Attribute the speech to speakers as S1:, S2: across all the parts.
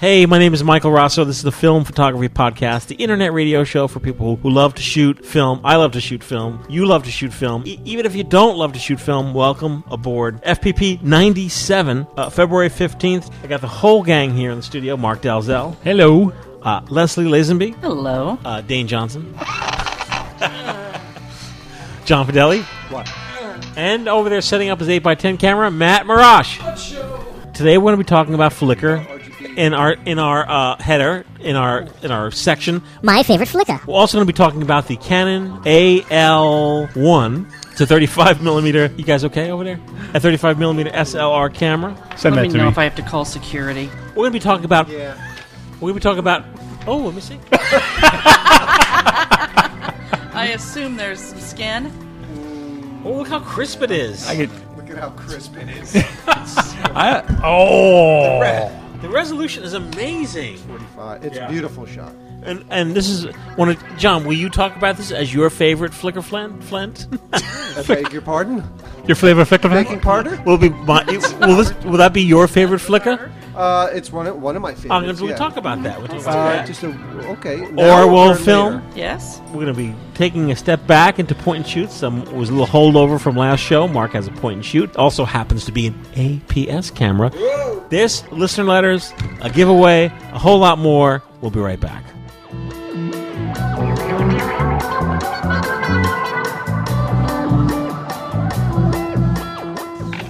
S1: Hey, my name is Michael Rosso. This is the Film Photography Podcast, the internet radio show for people who love to shoot film. I love to shoot film. You love to shoot film. E- even if you don't love to shoot film, welcome aboard. FPP 97, uh, February 15th. I got the whole gang here in the studio Mark Dalzell,
S2: Hello.
S1: uh, Leslie Lazenby,
S3: Hello.
S1: uh, Dane Johnson, John Fidelli, and over there setting up his 8x10 camera, Matt Marash. Today we're going to be talking about Flickr in our in our uh, header in our in our section.
S4: My favorite flicker.
S1: We're also going to be talking about the Canon AL1. It's a 35 millimeter. You guys okay over there? A 35 millimeter SLR camera.
S2: Send
S3: Let
S2: that
S3: me
S2: to
S3: know
S2: me.
S3: if I have to call security.
S1: We're going to be talking about. We're going to be talking about. Oh, let me see.
S3: I assume there's some skin.
S1: Oh, look how crisp it is.
S2: I get.
S5: Look at how crisp it is.
S2: I, oh.
S1: The resolution is amazing.
S5: 45. It's a beautiful shot.
S1: And and this is one of John. Will you talk about this as your favorite Flickr Flint? Flint?
S5: I beg your pardon?
S2: Your flavor effect of
S5: Making Parter?
S1: will be my, will this will that be your favorite Flickr?
S5: Uh, it's one of, one of my
S1: I'm
S5: favorites.
S1: gonna
S5: yeah.
S1: talk about that. Um, We'll talk about
S5: uh,
S1: that.
S5: just a, okay. now
S1: Or we'll
S5: turn
S1: film.
S5: later.
S3: Yes.
S1: We're gonna be taking a step back into point and shoots. Some was a little holdover from last show. Mark has a point and shoot. Also happens to be an APS camera. This listener letters, a giveaway, a whole lot more. We'll be right back.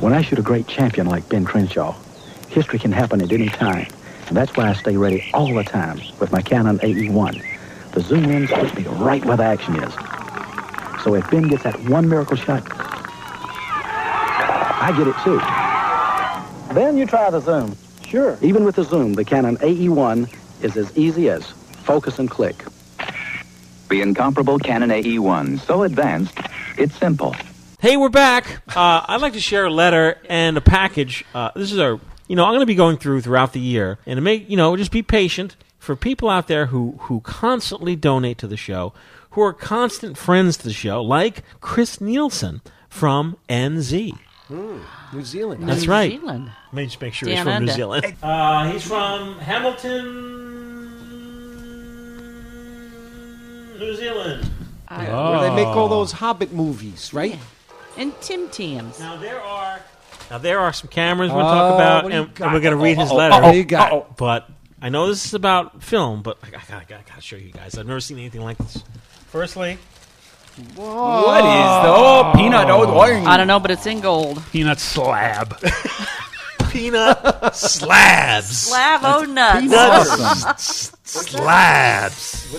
S6: When I shoot a great champion like Ben Crenshaw, history can happen at any time. And that's why I stay ready all the time with my Canon AE-1. The zoom in puts me right where the action is. So if Ben gets that one miracle shot, I get it too. Ben, you try the zoom. Sure. Even with the zoom, the Canon AE-1 is as easy as focus and click.
S7: The incomparable Canon AE-1, so advanced, it's simple.
S1: Hey, we're back. Uh, I'd like to share a letter and a package. Uh, this is our, you know, I'm going to be going through throughout the year, and to make, you know, just be patient for people out there who who constantly donate to the show, who are constant friends to the show, like Chris Nielsen from NZ.
S5: Hmm. New Zealand.
S1: That's
S3: New
S1: right.
S3: Zealand.
S1: Let me just make sure he's
S3: Down
S1: from New
S3: under.
S1: Zealand. Uh, he's from Hamilton, New Zealand.
S5: Where they make
S2: Oh.
S5: all those Hobbit movies, right?
S3: And Tim Tams.
S1: Now there are now there are some cameras we're going to talk
S5: Uh,
S1: about,
S5: what
S1: and,
S5: do you
S1: and
S5: got?
S1: we're going to read his
S5: Uh-oh,
S1: letter.
S5: uh-oh, what do you got? uh-oh.
S1: But I know this is about film, but I got I got to show you guys. I've never seen anything like this. Firstly,
S2: What is the
S1: oh,
S2: peanut oil?
S3: I don't know, but it's in gold.
S2: Peanut slab.
S1: peanut slabs.
S3: Lavo oh, nuts.
S1: Nuts.
S2: Slabs.
S3: Oh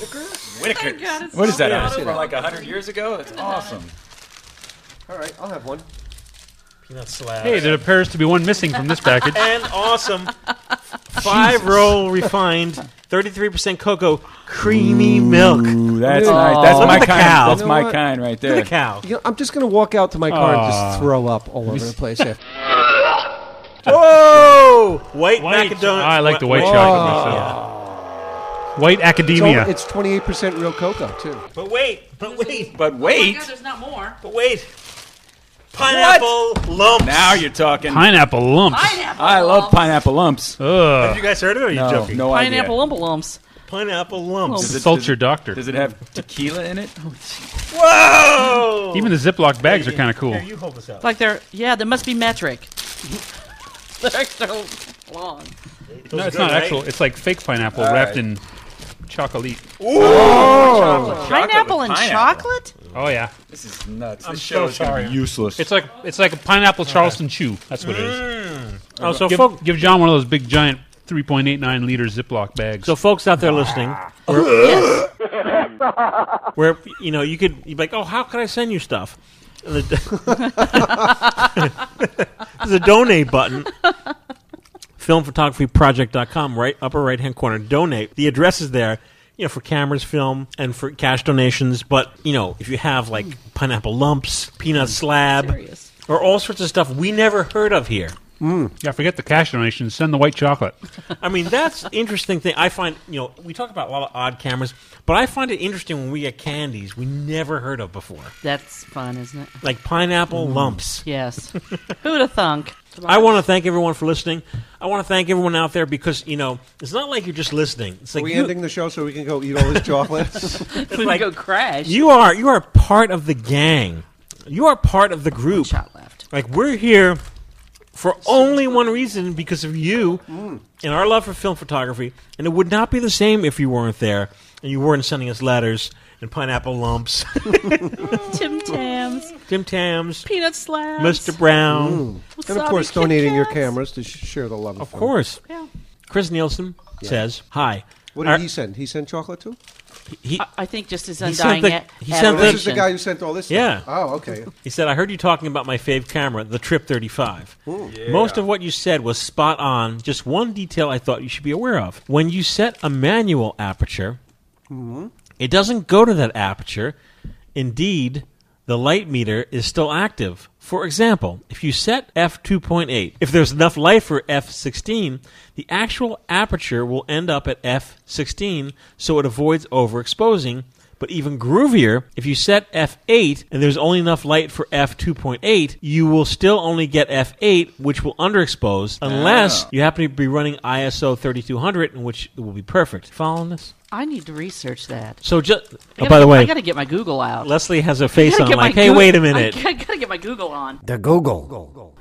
S3: my God, it's
S2: What is that?
S5: Yeah, I see
S2: From
S5: that.
S2: like 100 years ago? That's awesome.
S5: All right, I'll have one.
S1: Peanut slabs.
S2: Hey, there appears to be one missing from this package.
S1: and awesome five roll refined 33% cocoa creamy milk.
S2: Ooh, that's
S5: Ooh.
S2: nice. That's
S1: Look
S2: my
S1: at the
S2: kind.
S1: cow.
S2: That's
S5: You know
S2: my
S5: what?
S2: kind right
S1: The
S2: there.
S1: cow.
S5: You know, I'm just going to walk out to my car and
S2: Aw.
S5: just throw up all over the place. after.
S1: Whoa! White,
S2: White.
S1: macadon-
S2: I like the white
S1: Wha-
S2: chocolate myself. White
S5: It's, all,
S2: academia.
S5: it's 28% real cocoa, too.
S1: But wait, but wait,
S8: But
S3: Oh my
S8: wait,
S3: God, there's not more.
S1: but wait. Pineapple lumps.
S8: now you're talking.
S2: Pineapple lumps.
S3: Pineapple.
S8: I love
S3: lumps.
S8: pineapple lumps.
S2: Ugh.
S1: Have you guys heard of it? Or are you
S8: No,
S1: joking?
S8: no
S3: Pineapple
S8: idea.
S3: lumpa lumps.
S1: Pineapple lumps.
S8: Does it-
S2: Insult
S8: does
S2: your
S8: it-
S2: doctor.
S8: Does it have tequila in it?
S1: Whoa!
S2: Even the Ziploc bags are kind of cool.
S1: Here, you hold this out.
S3: Like they're yeah, they must be metric. they're so long.
S1: Those
S2: No,
S1: are
S2: it's
S1: good,
S2: not
S1: right?
S2: actual. It's like fake pineapple wrapped in chocolate.
S3: Pineapple
S8: with
S3: and
S8: pineapple.
S3: chocolate?
S2: Oh yeah.
S8: This is nuts.
S1: I'm
S8: this
S1: so
S8: show is gonna be
S1: sorry.
S8: useless.
S2: It's like it's like a pineapple Charleston chew. That's what it is.
S1: Oh, so,
S2: Give,
S1: folk,
S2: give John one of those big giant 3.89 liter Ziploc bags.
S1: so folks out there listening,
S3: yes.
S1: where you know you could you'd be like, oh, how can I send you stuff? And the- There's a donate button. Filmphotographyproject.com, right upper right hand corner, donate. The address is there, you know, for cameras, film, and for cash donations. But you know, if you have like pineapple lumps, peanut slab,
S3: Serious.
S1: or all sorts of stuff we never heard of here.
S2: Yeah, forget the cash donation. Send the white chocolate.
S1: I mean, that's interesting thing. I find you know we talk about a lot of odd cameras, but I find it interesting when we get candies we never heard of before,
S3: That's fun, isn't it? Mm.
S1: like pineapple lumps.
S3: Yes. Who'd have thunk?
S1: I want to thank everyone for listening. I want to thank everyone out there because you know it's not like you're just listening. It's like
S5: Are we
S1: you,
S5: ending the show so we can go eat all this chocolate?
S3: If we
S1: like-
S3: go crash.
S1: you are you are part of the gang. You are part of the group.
S3: shot left.
S1: Like we're here for only one reason because of you and our love for film photography. And it would not be the same if you weren't there and you weren't sending us letters and pineapple lumps,
S3: Tim Tams,
S1: Tim Tams,
S3: peanut slabs,
S1: Mr. Brown.
S5: Mm. and of
S3: wasabi
S5: course,
S3: Kit
S5: donating your
S3: Kats.
S5: cameras to sh- share the love.
S1: Of course,
S3: Yeah.
S1: Chris Nielsen says hi.
S5: What did
S1: Our-
S5: he send? He sent chocolate too.
S1: he,
S3: I- I think just his
S1: He sent
S3: undying
S1: the-
S3: a-
S1: he sent
S5: this is the
S3: adoration.
S5: guy who sent all this.
S1: Yeah.
S5: Stuff. Oh, okay.
S1: he said, "I heard you talking about my fave camera, the Trip 35. Most of what you said was spot on. Just one detail I thought you should be aware of: when you set a manual aperture,
S8: Mm-hmm.
S1: It doesn't go to that aperture. Indeed, the light meter is still active. For example, if you set f2.8, if there's enough light for f16, the actual aperture will end up at f16, so it avoids overexposing. But even groovier, if you set f8 and there's only enough light for f2.8, you will still only get f8, which will underexpose, unless you happen to be running ISO 3200, in which it will be perfect. Following this?
S3: I need to research that.
S1: So just
S3: I
S1: oh,
S3: gotta
S1: by the
S3: get- I
S1: way,
S3: got to get my Google out.
S1: Leslie has her
S3: I
S1: face
S3: gotta
S1: on
S3: get my
S1: like, hey,
S3: Goo-
S1: wait a
S3: I
S1: minute.
S3: g- I gotta get my Google on.
S4: The Google.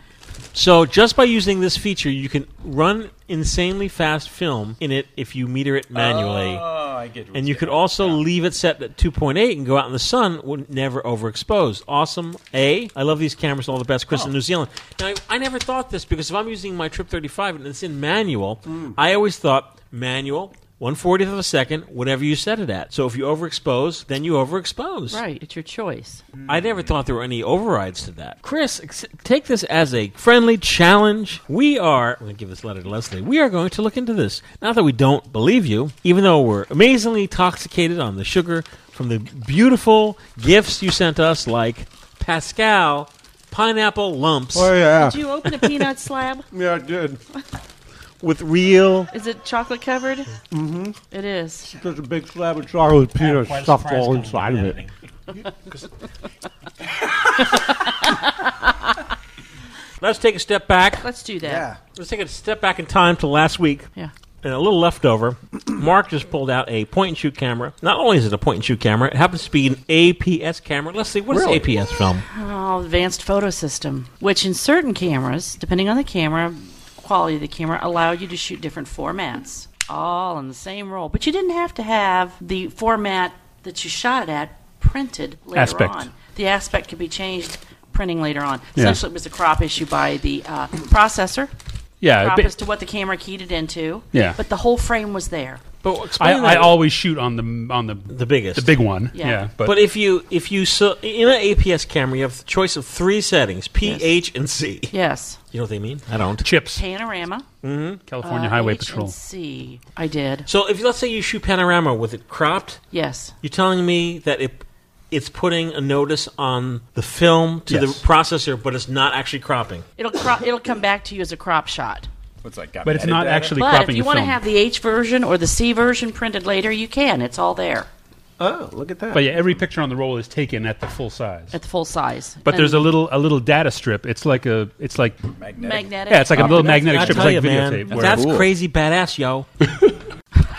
S1: So just by using this feature, you can run insanely fast film in it if you meter it manually.
S8: Oh, I get. what
S1: and you
S8: you're
S1: could
S8: doing.
S1: also leave it set at 2.8 and go out in the sun, would never overexpose. Awesome. A, I love these cameras, all the best.
S8: Oh.
S1: Chris in New Zealand. Now, I, I never thought this because if I'm using my Trip 35 and it's in manual, I always thought manual, 140th of a second, whatever you set it at. So if you overexpose, then you overexpose.
S3: Right, it's your choice.
S1: I never thought there were any overrides to that. Chris, ex- take this as a friendly challenge. We are, I'm going to give this letter to Leslie. We are going to look into this. Not that we don't believe you, even though we're amazingly intoxicated on the sugar from the beautiful gifts you sent us, like Pascal pineapple lumps
S8: Oh,
S5: yeah,
S3: Did you open a peanut slab?
S5: yeah, I did.
S1: with real.
S3: Is it chocolate covered? Mm-hmm. It is.
S5: There's a big slab of chocolate peanut
S1: Let's take a step back.
S3: Let's do
S8: Yeah.
S3: that.
S1: Let's take a step back in time to last week.
S3: Yeah.
S1: and a little leftover, Mark just pulled out a point and shoot camera. Not only is it a point and shoot camera, it happens to be an APS camera. Let's see, what is APS film?
S3: Oh, advanced photo system, which in certain cameras, depending on the camera, quality of the camera, allow you to shoot different formats, all in the same roll. But you didn't have to have the format that you shot it at printed later
S2: Aspect.
S3: on. The aspect could be changed printing later on.
S2: Yeah.
S3: Essentially, it was a crop issue by the uh, processor.
S2: Yeah,
S3: Crop
S2: but,
S3: as to what the camera keyed it into.
S2: Yeah.
S3: But the whole frame was there.
S1: But
S2: I,
S1: explain
S2: I
S1: that.
S2: always shoot on the on the
S1: the biggest.
S2: the big one.
S3: Yeah.
S2: Yeah,
S1: But,
S2: but,
S1: if you if you so in an APS camera, you have the choice of three settings: P,
S3: Yes.
S1: H, and C.
S3: Yes.
S1: You know what they mean? I don't.
S2: chips,
S3: Panorama.
S1: Mm-hmm.
S3: Uh,
S2: California Highway
S3: H and
S2: Patrol.
S3: C. I did.
S1: So if let's say you shoot panorama with it cropped,
S3: Yes.
S1: you're telling me that it it's putting a notice on the film to
S2: Yes.
S1: the processor, but it's not actually cropping.
S3: It'll cro- it'll come back to you as a crop shot.
S8: What's that? Got
S2: But it's not
S8: metadata?
S2: actually
S3: But
S2: cropping
S3: if you
S2: a
S3: want to
S2: film.
S3: have the H version or the C version printed later, you can. It's all there
S5: Oh, look at that.
S2: but yeah, every picture on the roll is taken at the full size.
S3: at the full size.
S2: But there's a
S3: And
S2: little a little data strip. It's like a it's like
S8: magnetic.
S3: magnetic.
S2: yeah, it's like a little magnetic
S1: Oh, I
S2: strip,
S1: tell
S2: it's
S1: you,
S2: like
S1: man,
S2: videotape. where-
S1: that's
S8: Cool.
S1: crazy badass, yo.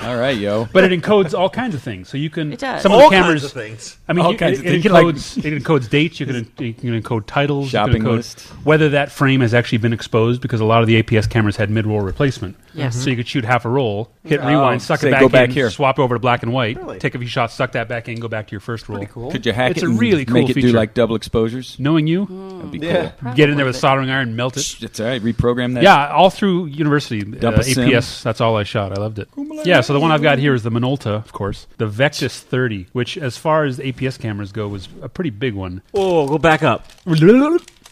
S8: All right, yo.
S2: but it encodes all kinds of things. So you can
S3: It
S1: Uh,
S3: does.
S2: some of the cameras.
S1: things.
S2: I mean,
S8: All
S2: you-
S8: kinds
S2: it,
S8: of things,
S2: it
S8: like-
S2: encodes it encodes dates. You can you can encode titles. you
S8: Shopping
S2: can encode
S8: list.
S2: Whether that frame has actually been exposed because a lot of the APS cameras had mid roll replacement.
S3: Yes.
S2: Mm-hmm. So you could shoot half a roll, hit
S5: Uh, Oh.
S2: rewind, suck
S8: say,
S2: it back
S8: go
S2: in,
S8: back here.
S2: swap over to black and white, take a few shots, suck that back in, go back to your first roll.
S5: cool.
S8: Could you hack
S2: It's
S8: it?
S2: a
S8: and
S2: really cool
S8: Make it do
S2: feature.
S8: like double exposures.
S2: Knowing you,
S8: That'd be
S5: Yeah.
S8: cool.
S3: Mm. Probably,
S2: get in there with
S3: but-
S2: soldering iron, melt it.
S8: It's all right. Reprogram that.
S2: Yeah, all through university uh,
S8: Dump a sim.
S2: APS. That's all I shot. I loved it. Yeah, so the one I've got here is the Minolta, of course, the Vectis 30, which, as far as APS cameras go, was a pretty big one.
S1: Oh, go back up.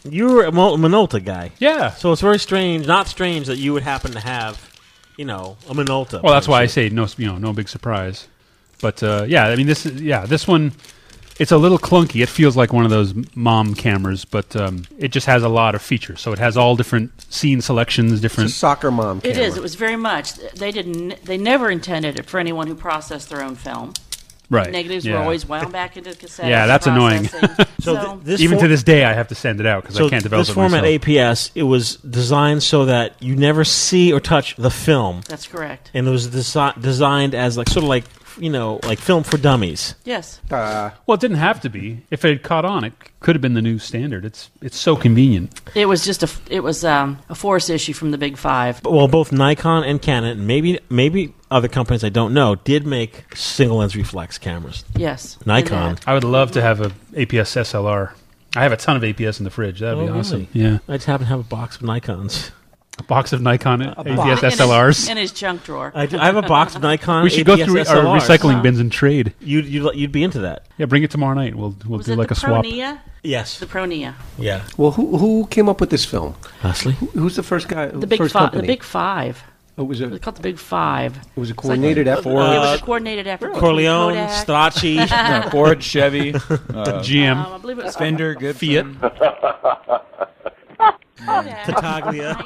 S1: You're a Mo- Minolta guy.
S2: Yeah.
S1: So it's very strange, not strange that you would happen to have, you know, a Minolta.
S2: Well, that's why I say no, you know, no big surprise. But uh, yeah, I mean this, is- yeah, this one. It's a little clunky. It feels like one of those mom cameras, but um, it just has a lot of features. So it has all different scene selections,
S5: It's a
S2: different.
S5: soccer mom
S3: It
S5: camera.
S3: is. It was very much. They didn't. They never intended it for anyone who processed their own film.
S2: Right.
S3: Negatives
S2: Yeah.
S3: were always wound back into cassette.
S2: Yeah, that's annoying.
S3: so
S1: So, th- this
S2: Even
S1: for-
S2: to this day, I have to send it out because
S1: so
S2: I can't develop
S1: this
S2: it
S1: format
S2: myself.
S1: APS it was designed so that you never see or touch the film,
S3: that's correct.
S1: and it was desi- designed as like sort of like you know like film for dummies.
S3: Yes.
S5: Uh,
S2: Well, it didn't have to be. If it had caught on, it could have been the new standard. It's it's so convenient.
S3: It was just a. f- It was um, a force issue from the Big Five.
S1: But- Well, both Nikon and Canon, and maybe maybe other companies I don't know, did make single lens reflex cameras.
S3: Yes. in
S1: Nikon.
S3: that.
S2: I would love to have a APS SLR. I have a ton of APS in the fridge. That'd
S1: Oh,
S2: be
S1: really?
S2: awesome. Yeah,
S1: I just happen to have a box of Nikons.
S2: a box of Nikon APS
S3: In his-
S2: SLRs.
S3: in his junk drawer.
S1: I, do, I have a box of Nikon.
S2: we should go
S1: APS
S2: through our
S1: SLRs.
S2: recycling bins and trade.
S1: You'd, you'd you'd be into that.
S2: Yeah, bring it tomorrow night. We'll we'll
S3: was
S2: do
S3: it
S2: like
S3: the
S2: a swap.
S3: Pronia?
S1: Yes.
S3: The Pronia.
S1: Yeah.
S5: well, who who came up with this film?
S1: Honestly.
S5: Who's the first guy?
S3: The Big
S5: first
S3: Five. The
S5: company?
S3: Big Five.
S5: It was a
S3: It was called the Big Five.
S5: it was a coordinated
S3: It
S5: effort.
S3: was a coordinated effort. between
S1: Corleone,
S3: Kodak,
S1: Strachey.
S8: No, Ford, Chevy, uh,
S2: GM.
S1: Oh,
S3: Um, I believe it was
S8: Fender, good
S2: Fiat.
S3: Kodak. Oh.
S1: Tartaglia.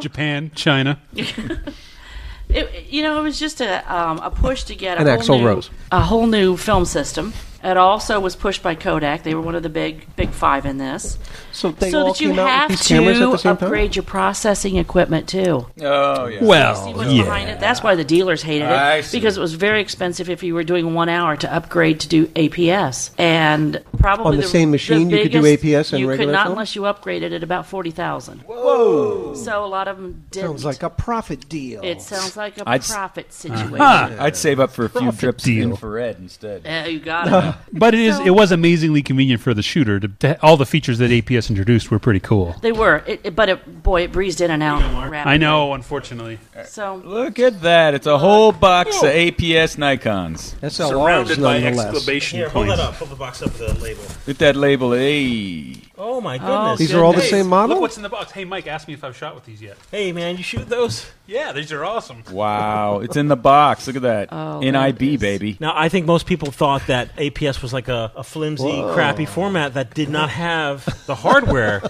S2: Japan, China.
S3: It, you know, it was just a, um, a push to get a
S5: And
S3: whole
S5: Axl
S3: new,
S5: Rose.
S3: a whole new film system. It also was pushed by Kodak. They were one of the big big five in this.
S5: so they
S3: so
S5: all
S3: that you
S5: came out
S3: have
S5: with these cameras at
S3: to
S5: the same
S3: upgrade your processing equipment too.
S8: Oh yeah.
S3: See
S2: Well,
S3: what's behind it. That's why the dealers hated it
S8: I see.
S3: because it was very expensive if you were doing one hour to upgrade to do APS and probably
S5: On the same machine, you could do
S3: biggest-
S5: APS and
S3: you
S5: regular
S3: could not
S5: film?
S3: unless you upgraded at about forty thousand. Whoa! So a lot of them didn't.
S5: time? Sounds like a profit deal.
S3: it sounds like a
S8: I'd s-
S3: profit situation.
S8: I'd save up for a few
S2: Uh-huh. Profit
S8: trips
S2: deal. Uh,
S8: to infrared instead.
S3: Yeah, you got
S5: Uh,
S3: it.
S2: but it is. It was amazingly convenient for the shooter. To, to, all the features that APS introduced were pretty cool.
S3: They were, it, it- but it, boy, it breezed in and out. rapidly.
S2: I know, unfortunately.
S3: So
S8: Look at that! It's a whole box of APS Nikon's.
S5: That's a large, nonetheless.
S1: Here, hold that up. Hold the box up with the label.
S8: Look at that label. Hey,
S1: Oh my
S3: Oh,
S1: goodness.
S5: These are all the
S3: Hey,
S5: same model.
S2: in the box. Hey, Mike, ask me if I've shot with these yet.
S1: Hey man, you shoot those?
S2: Yeah, these are awesome.
S8: wow! it's in the box. Look at that.
S3: Oh, there it
S8: NIB
S3: is.
S8: baby.
S1: Now I think most people thought that APS was like a, a flimsy, crappy format that did not have the hardware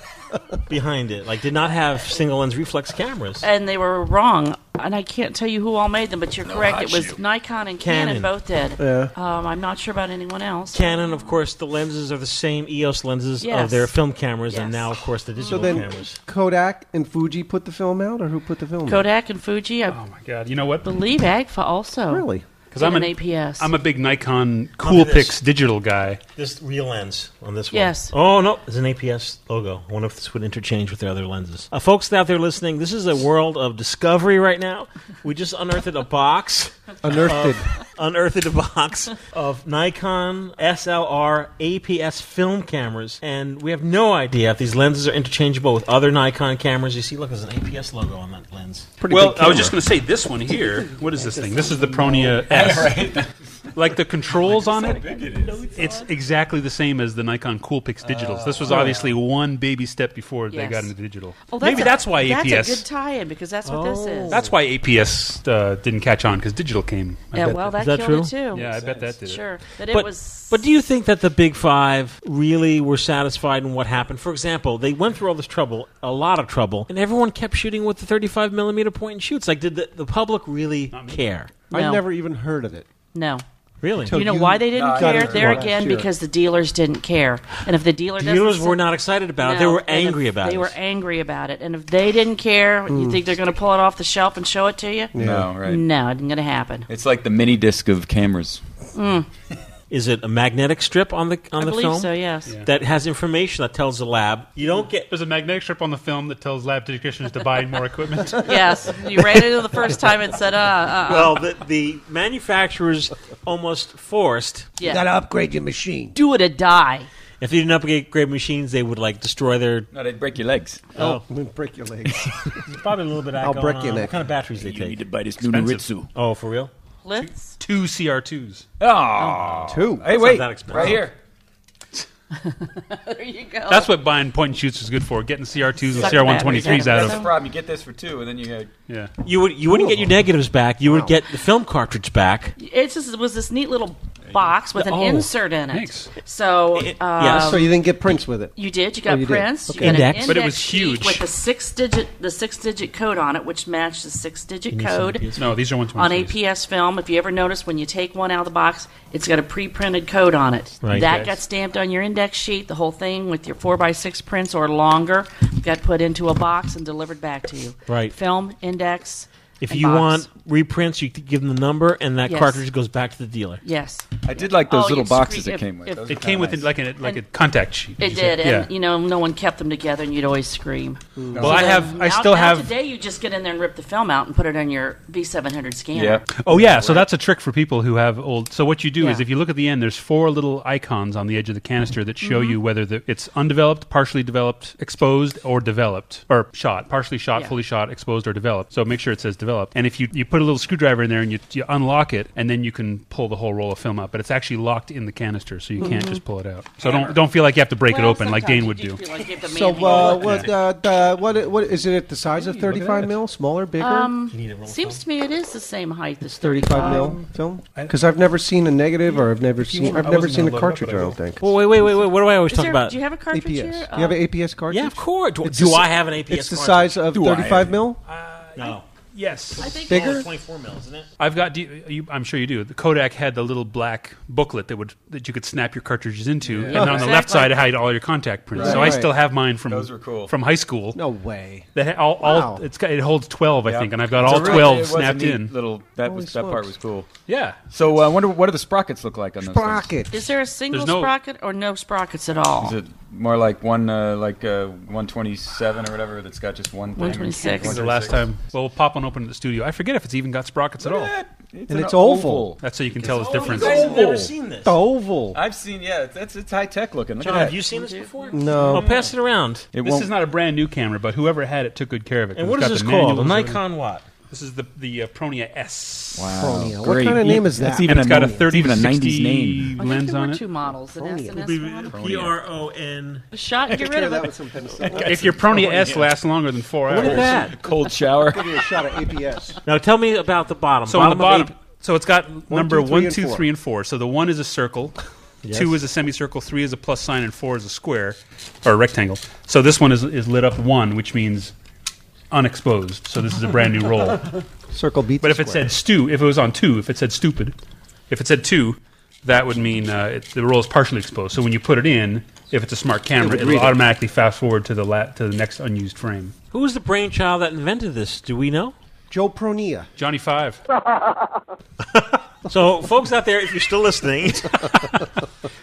S1: behind it. Like did not have single lens reflex cameras.
S3: and they were wrong, and I can't tell you who all made them, but you're correct. It was Nikon and Canon,
S1: Canon.
S3: both did.
S5: Yeah.
S3: Um, I'm not sure about anyone else.
S1: Canon, of course, the lenses are the same EOS lenses of
S3: Yes.
S1: their film cameras,
S3: Yes.
S1: and now, of course, the
S5: So
S1: digital
S5: then,
S1: cameras.
S5: Kodak and Fuji put the film out, or who put the film out?
S3: Kodak and Fuji, I
S2: Oh my god! You know what?
S3: believe Agfa also.
S5: Really?
S2: Because I'm
S3: an
S2: an
S3: APS.
S2: I'm a big Nikon Coolpix
S1: this.
S2: digital guy.
S1: This real lens on this one.
S3: Yes.
S1: Oh no, there's an APS logo. I wonder if this would interchange with their other lenses. Uh, folks out there listening, this is a world of discovery right now. We just unearthed a box.
S5: Unearthed.
S1: unearthed a box of Nikon SLR APS film cameras, and we have no idea if these lenses are interchangeable with other Nikon cameras. You see, look, there's an APS logo on that lens.
S5: Pretty
S2: well,
S5: big
S2: I was
S5: camera.
S2: just going to say this one here. What is this thing? This is the Pronia S. like the controls on it, it's exactly the same as the Nikon Coolpix
S5: Oh.
S2: Digitals. This was obviously one baby step before they
S3: Yes.
S2: got into digital.
S3: Well,
S2: Maybe
S3: a-
S2: Oh, that's why APS.
S3: That's a good tie-in because that's what this is.
S2: Oh. that's why APS uh, didn't catch on because digital came. I
S3: yeah.
S2: bet
S3: Well,
S2: that-
S3: that,
S1: that
S3: killed it too.
S2: yeah, I bet that did it.
S3: Sure. That it
S1: but,
S3: was.
S1: but do you think that the big five really were satisfied in what happened? For example, they went through all this trouble, a lot of trouble, and everyone kept shooting with the 35 millimeter point and shoots. Like, did the, the public really care?
S5: I
S3: No.
S5: never even heard of it.
S3: no.
S1: Really?
S5: Until
S3: You know why they
S8: No,
S3: didn't
S8: I
S3: care?
S8: didn't
S3: There
S5: watch
S3: again,
S5: it.
S3: because the dealers didn't care, and if the dealer doesn't
S1: Dealers
S3: sell-
S1: were not excited about it. They
S3: No,
S1: were
S3: and
S1: angry
S3: if
S1: about
S3: They
S1: it. Hmm.
S3: were angry about it, and if they didn't care, you think they're going to pull it off the shelf and show it to you?
S8: No, right.
S3: No, it isn't going to happen.
S8: It's like the mini disc of cameras.
S5: Mm.
S1: Is it a magnetic strip on the
S3: I
S1: on the
S3: believe
S1: film?
S3: so. Yes.
S1: that has information that tells the lab you don't get
S2: There's a magnetic strip on the film that tells lab technicians to buy more equipment.
S3: yes. You ran into the first time and said, "Uh, uh, uh
S1: well the, the manufacturers almost forced
S3: yeah,
S5: upgrade your machine.
S3: do it or die."
S1: if they didn't upgrade grade machines they would like destroy their
S8: No, they'd break your legs.
S5: Oh, I'm gonna break your legs.
S1: probably a little bit
S5: I'll break your neck.
S1: what kind of batteries they take
S8: to buy this
S2: Expensive.
S1: oh for real
S3: Let's.
S2: Two CR2s. Ah.
S1: Ah.
S8: Oh.
S5: Two.
S8: Hey, wait.
S1: that expensive.
S8: Right here.
S3: There you go.
S2: That's what buying point and shoots is good for, getting CR2s and
S3: Oh. Suck
S2: CR123s
S3: batteries out
S2: out
S8: That's
S3: of
S8: the
S2: of.
S3: them.
S8: problem. You get this for two, and then you go.
S2: Yeah.
S1: you would you wouldn't get your negatives back you would get the film cartridge back
S3: it's just, it was this neat little box with an
S2: Oh,
S3: insert in it.
S2: thanks.
S3: So um,
S1: It- yes.
S5: so you didn't get prints with it.
S3: you did. You got
S5: Oh, you did.
S3: prints.
S5: Okay.
S3: You got
S1: Index.
S3: an
S2: But it
S3: index
S2: was huge.
S3: sheet with the six digit the six digit code on it, which matched the six digit code
S2: No, these are one
S3: on
S2: twenty.
S3: APS film. If you ever notice, when you take one out of the box, it's got a pre printed code on it.
S1: Right.
S3: That
S1: Yes.
S3: got stamped on your index sheet. The whole thing with your four by six prints or longer got put into a box and delivered back to you.
S1: Right.
S3: Film index.
S1: If
S3: and
S1: you
S3: box.
S1: want reprints, you could give them the number, and that
S3: Yes.
S1: cartridge goes back to the dealer.
S3: yes.
S8: I did like those
S3: Oh,
S8: little
S3: you'd
S8: boxes
S3: screen-
S8: it
S3: if-
S8: came with.
S3: if-
S8: Those
S2: It
S8: were
S2: came
S8: kinda
S2: with
S8: nice.
S2: a- like a like a
S3: And-
S2: contact sheet.
S3: It did, and
S2: Yeah.
S3: you know, no one kept them together, and you'd always scream.
S2: Well, I have. I
S3: Now-
S2: still
S3: now
S2: have.
S3: Today, you just get in there and rip the film out and put it on your V700 scanner.
S8: Yeah.
S2: Oh yeah, so that's a trick for people who have old. So what you do is,
S3: Yeah.
S2: if you look at the end, there's four little icons on the edge of the canister that
S3: Mm-hmm.
S2: show you whether the, it's undeveloped, partially developed, exposed, or developed, or shot, partially shot,
S3: Yeah.
S2: fully shot, exposed, or developed. So make sure it says developed. And if you, you put a little screwdriver in there and you, you unlock it, and then you can pull the whole roll of film out. But it's actually locked in the canister, so you can't just pull it out. So don't don't feel like you have to break it
S3: Mm-hmm. Well,
S2: open like
S3: sometimes
S2: Dane would
S3: you
S2: do.
S3: feel like you have to
S5: So,
S3: manually
S5: uh,
S3: look.
S5: what, uh, the, what, what is it? At the size of 35 mil, smaller, bigger?
S3: Um, Seems to me it is the same height as
S5: it's 35 mil film. Because I've never seen a negative, or I've never seen, I've never seen a cartridge. I don't think.
S1: Well, wait, wait, wait, wait. What do I always
S3: Is
S1: talk
S3: there-
S1: about?
S3: Do you have a cartridge
S5: APS. Do
S3: here? Oh.
S5: you have an APS cartridge?
S1: yeah, of course. Do,
S5: It's
S1: do
S5: the-
S1: I have an APS?
S5: It's the
S1: cartridge?
S5: size of
S8: Do I?
S5: 35 mil.
S2: Uh,
S1: No,
S2: Yes,
S3: I think
S5: Bigger?
S1: it's twenty-four mil, isn't it?
S2: I've got. Do you, you, I'm sure you do. The Kodak had the little black booklet that would that you could snap your cartridges into, and on the
S3: Exactly.
S2: left side it had all your contact prints.
S5: Right.
S2: so I
S5: Right.
S2: still have mine from
S8: Those were cool.
S2: from high school.
S5: No way.
S2: That ha- all, all
S5: Wow.
S2: it's got, it holds twelve, I
S8: Yeah.
S2: think, and I've got
S8: It's
S2: all
S8: a really- it
S2: twelve
S8: was a
S2: snapped
S8: neat
S2: in.
S8: Little that
S5: Holy
S8: was that
S5: smokes.
S8: part was cool.
S2: yeah.
S8: So uh, I wonder what do the sprockets look like on those? things?
S5: Sprocket.
S3: Is there a single
S2: There's no-
S3: sprocket or no sprockets at all?
S8: Is it more like one uh, like uh, one twenty seven or whatever that's got just one? thing?
S3: 126.
S2: The last time, well, we'll pop one open at the studio. I forget if it's even got sprockets at all.
S5: And
S8: an
S5: it's oval.
S2: That's so you can tell its difference.
S1: Oh, guys have never seen this.
S5: The oval.
S8: I've seen. Yeah, it's- that's it's high tech looking. Look
S1: John,
S8: at
S1: have
S8: that.
S1: you seen this before?
S5: No.
S1: I'll pass it around.
S8: It
S2: This
S8: won't-
S2: is not a brand new camera, but whoever had it took good care of it.
S1: And
S2: 'cause
S1: what
S2: it's
S1: is
S2: got the
S1: this called? A
S2: manuals and
S1: Nikon what?
S2: everything. This is the the uh, Pronia S.
S8: Wow,
S5: What
S8: great.
S5: kind of name is that?
S8: That's even
S2: And it's got a
S8: it's even a
S2: 30
S8: 90s name.
S3: I think
S2: lens
S3: there were
S2: on it.
S3: two models, an S and S one.
S1: P R O N.
S3: Shot and get rid of it.
S2: If your Pronia S lasts longer than four hours,
S1: Look at that.
S8: Cold shower.
S5: Give me a shot at APS.
S1: Now tell me about the bottom.
S2: So on the
S1: of
S2: bottom,
S1: the-
S2: so it's got number
S5: two, three,
S2: one,
S5: and
S2: two,
S5: four.
S2: three, and four. So the one is a circle, two is a semicircle, three is a plus sign, and four is a square or a rectangle. So this one is is lit up one, which means unexposed. So this is a brand new roll.
S5: Circle beats.
S2: But if
S5: the
S2: it
S5: square.
S2: said stew, if it was on two, if it said stupid, if it said two, that would mean uh, it, the roll is partially exposed. So when you put it in, if it's a smart camera, it will automatically fast forward to the la- to the next unused frame.
S1: Who was the brainchild that invented this? Do we know?
S5: Joe Pronia,
S2: Johnny Five.
S1: So, folks out there, if you're still listening,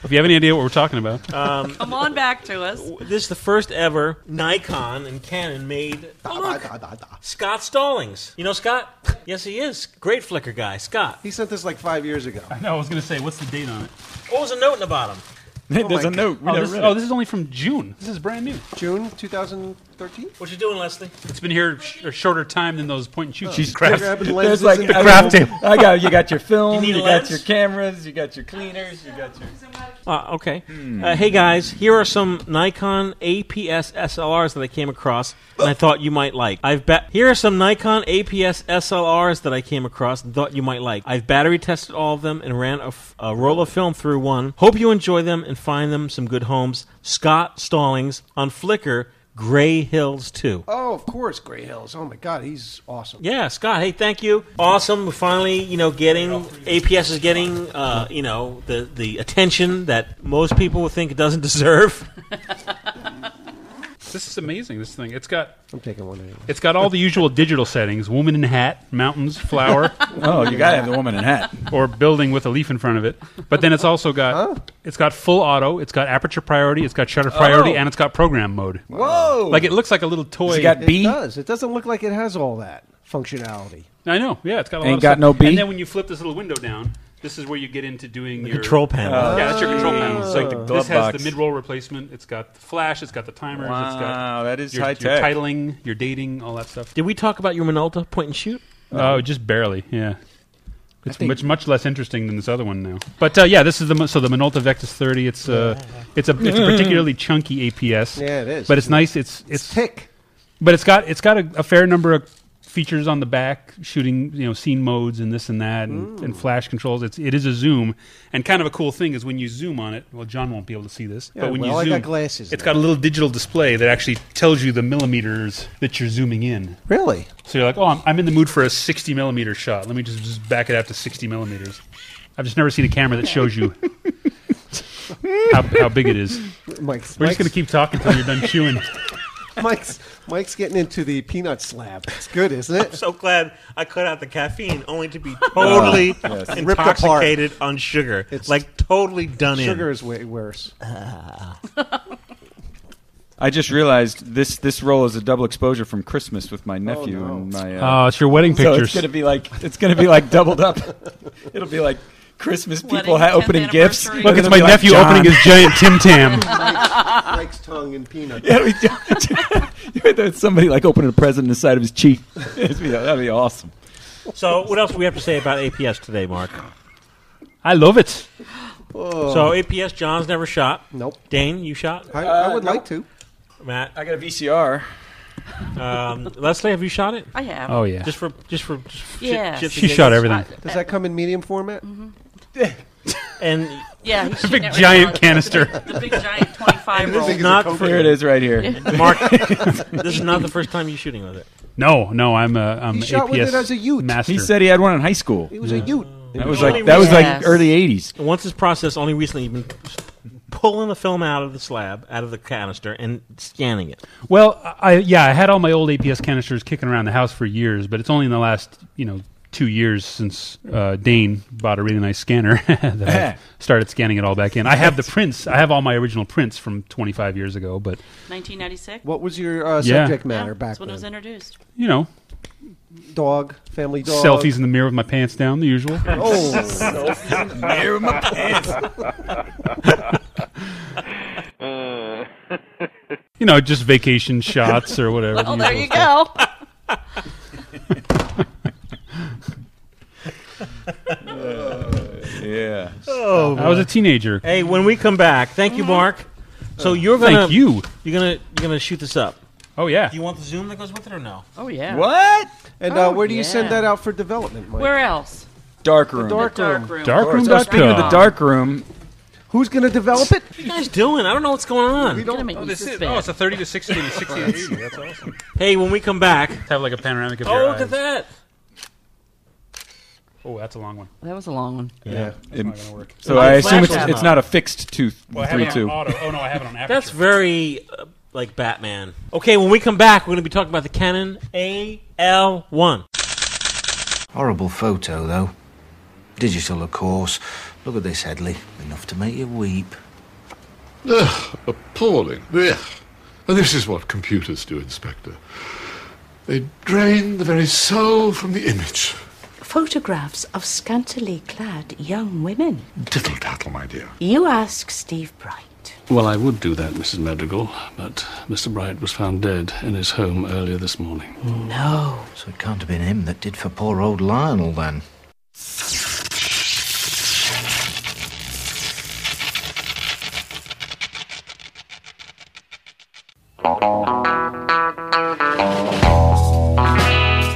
S2: If you have any idea what we're talking about,
S3: Come on back to us.
S1: um, this is the first ever Nikon and Canon made. Oh, look, Scott Stallings. You know Scott? Yes, he is. Great flicker guy, Scott.
S5: he sent this like five years ago.
S2: no, I was going to say, what's the date on it?
S1: What was a note in the bottom?
S8: There's a note. We
S2: Oh
S8: never
S2: this,
S8: read
S2: oh,
S8: it.
S2: this is only from June. This is brand new.
S5: June 2013.
S1: What you doing, Leslie?
S2: It's been here sh- a shorter time than those point and shoot.
S8: She's
S2: crap.
S5: Grabbing lenses
S8: There's like
S5: and-
S8: I
S2: craft
S8: got- I got you. Got your film.
S1: Do you
S8: You,
S1: need a
S8: got
S1: lens?
S8: your cameras. You got your cleaners. You got your.
S1: Uh, okay. Uh, hey guys, here are some Nikon APS SLRs that I came across and I thought you might like. I've ba- here are some Nikon APS SLRs that I came across and thought you might like. I've battery tested all of them and ran a, f- a roll of film through one. Hope you enjoy them and find them some good homes. Scott Stallings on Flickr, Gray Hills Two.
S5: Oh, of course, Gray Hills. Oh my God, he's awesome.
S1: Yeah, Scott. Hey, thank you. Awesome. We're finally, you know, getting APS is getting, uh, you know, the the attention that most people would think it doesn't deserve.
S2: This is amazing. This thing. It's got
S5: I'm taking one anyway.
S2: it's got all the usual digital settings: woman in hat, mountains, flower,
S8: Oh, you gotta have the woman in hat.
S2: or building with a leaf in front of it. But then it's also got it's got full auto. It's got aperture priority. It's got shutter priority,
S8: Oh.
S2: and it's got program mode.
S8: Whoa!
S2: Like it looks like a little toy.
S8: It's got
S5: It
S8: B.
S5: does. It doesn't look like it has all that functionality.
S2: I know. Yeah, it's got a lot
S8: Ain't
S2: of
S8: got
S2: stuff.
S8: no B?
S2: And then when you flip this little window down, this is where you get into doing your uh,
S1: Control panel.
S2: Yeah, that's your control panel.
S8: It's
S2: So
S8: like the Ah. glove
S2: this has
S8: box.
S2: the mid-roll replacement. It's got the flash. It's got the timers. It's
S8: Wow,
S2: got
S8: that is
S2: your,
S8: high
S2: your
S8: tech.
S2: titling, your dating, all that stuff.
S1: Did we talk about your Minolta point and shoot?
S2: Oh, just barely. Yeah. It's much much less interesting than this other one now. But uh, yeah, this is the mo- so the Minolta Vectis 30. It's uh, it's a it's a particularly chunky APS.
S5: Yeah, it is.
S2: But it's nice. It's it's
S5: Tick.
S2: but it's got it's got a, a fair number of features on the back, shooting you know scene modes and this and that, and, and flash controls. It's it is a zoom, and kind of a cool thing is when you zoom on it. Well, John won't be able to see this,
S5: Yeah,
S2: but when
S5: well, I
S2: you zoom,
S5: got glasses
S2: it's
S5: now.
S2: got a little digital display that actually tells you the millimeters that you're zooming in.
S5: Really?
S2: So you're like, oh, I'm, I'm in the mood for a 60 millimeter shot. Let me just, just back it out to 60 millimeters. I've just never seen a camera that shows you how, how big it is.
S5: Mike's,
S2: We're just going to
S5: Mike's,
S2: keep talking until you're done chewing.
S5: Mike's, Mike's getting into the peanut slab. It's good, isn't it?
S1: so glad I cut out the caffeine only to be
S2: Oh,
S1: totally
S5: Ah, Ripped apart.
S1: intoxicated on sugar.
S5: It's-
S1: like totally done
S5: Sugar
S1: in.
S5: is way worse.
S9: I just realized this this role is a double exposure from Christmas with my
S3: Oh,
S9: nephew
S5: no.
S9: and my. Uh,
S2: Uh, it's your wedding
S9: so
S2: pictures.
S9: it's gonna be like it's gonna be like doubled up. It'll be like Christmas people
S3: Wedding,
S9: ha- opening
S3: 10th
S9: gifts.
S3: anniversary.
S2: Look,
S9: and
S2: it's
S9: it'll
S2: my
S9: be like,
S2: nephew
S9: "John."
S2: opening his giant Tim Tam.
S5: Mike's tongue and peanut.
S9: Yeah, it'll be- There's somebody like opening a present in the side of his cheek. It'd be- That'd be awesome.
S1: So, what else do we have to say about APS today, Mark?
S2: I love it.
S5: Oh.
S1: So, APS, John's never shot.
S5: Nope.
S1: Dane, you shot.
S5: I, I would
S3: Uh,
S9: no.
S5: like to.
S1: Matt,
S9: I got a VCR.
S1: um, Leslie, have you shot it?
S3: I have.
S2: Oh yeah.
S1: Just for, just for, just for
S3: Yeah.
S1: shit- shits
S2: she
S1: and
S2: shot
S1: giggles?
S2: everything.
S5: Does that come in medium format?
S1: And
S3: Mm-hmm. Yeah, he's shooting
S2: Big
S3: it right
S2: giant
S3: now.
S2: canister.
S3: The big giant twenty-five roll.
S1: it's not
S9: Here
S1: for
S9: it is, right here.
S1: Mark. this is not the first time you're shooting with it.
S2: No, no, I'm a I'm
S5: He shot
S2: APS
S5: with it as a youth.
S2: master.
S9: He said he had one in high school.
S5: It was a Ute.
S9: That was
S1: Only
S9: like that was
S3: Yes.
S9: like early '80s.
S1: And once it's processed, only recently you've been pulling the film out of the slab, out of the canister, and scanning it.
S2: Well, I yeah, I had all my old APS canisters kicking around the house for years, but it's only in the last you know two years since uh, Dane bought a really nice scanner that I started scanning it all back in. I have the prints. I have all my original prints from 25 years ago, but
S3: Nineteen ninety-six.
S5: What was your uh,
S2: Yeah.
S5: subject matter back
S3: That's when it was
S5: then?
S3: introduced.
S2: you know,
S5: Dog, family dog.
S2: selfies in the mirror with my pants down, the usual.
S5: Oh,
S2: you know, just vacation shots or whatever.
S3: Oh,
S2: the
S3: there
S2: usual
S3: you
S2: stuff.
S3: go.
S9: Yeah.
S2: I was a teenager.
S1: Oh,
S2: Uh,
S1: Hey, when we come back, thank you, Mark. So you're gonna
S2: Thank you.
S1: You're gonna you're gonna shoot this up.
S2: Oh yeah.
S1: Do you want the zoom that goes with it or no?
S3: Oh yeah.
S9: What?
S5: and uh,
S3: Oh,
S5: where do you send
S3: yeah.
S5: that out for development, Mike?
S3: Where else?
S9: Dark room.
S5: Dark room.
S3: Dark room.
S2: Darkroom.com.
S9: So speaking of the dark room,
S5: Who's going to develop it?
S1: What are you guys doing? I don't know what's going on.
S3: Gonna
S2: Oh,
S3: make me suspicious.
S2: a 30 to 60 to 60 to 80. That's awesome.
S1: Hey, when we come back.
S2: Have like a panoramic of
S1: Oh, look at that.
S2: Oh, that's a long one.
S3: that was a long one.
S5: Yeah.
S9: it-
S2: Not gonna work.
S9: so I
S1: Like
S9: assume it's,
S1: flash
S9: it's
S1: ammo.
S9: not a fixed tooth
S2: Well, I have
S9: three
S2: it on
S9: two.
S2: auto. Oh no, I have it on aperture.
S1: That's very uh, like Batman. Okay, when we come back, we're gonna be talking about the Canon AL1.
S8: Horrible photo, though. Digital, of course. Look at this, Headley. Enough to make you weep.
S10: Appalling. Ugh. And this is what computers do, Inspector. They drain the very soul from the image.
S11: Photographs of scantily clad young women.
S10: Tittle tattle, my dear.
S11: You ask Steve Bright.
S10: Well, I would do that, Mrs. Madrigal, but Mr. Bright was found dead in his home earlier this morning.
S11: No.
S8: So it can't have been him that did for poor old Lionel, then.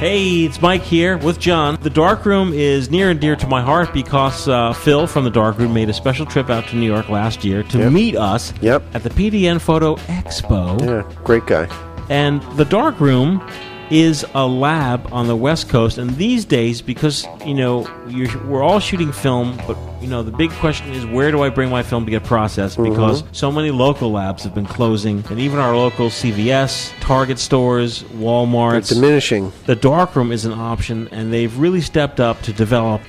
S1: Hey, it's Mike here with John. The Dark Room is near and dear to my heart because uh, Phil from The Dark Room made a special trip out to New York last year to meet us
S12: Yep.
S1: at the PDN Photo Expo.
S12: Yeah, great guy.
S1: And the dark room is a lab on the West Coast. And these days, because you know you're, we're all shooting film, but you know the big question is where do I bring my film to get processed? Because so many local labs have been closing, and even our local CVS, Target stores,
S12: They're
S1: Walmart.
S12: diminishing.
S1: the dark room is an option, and they've really stepped up to develop.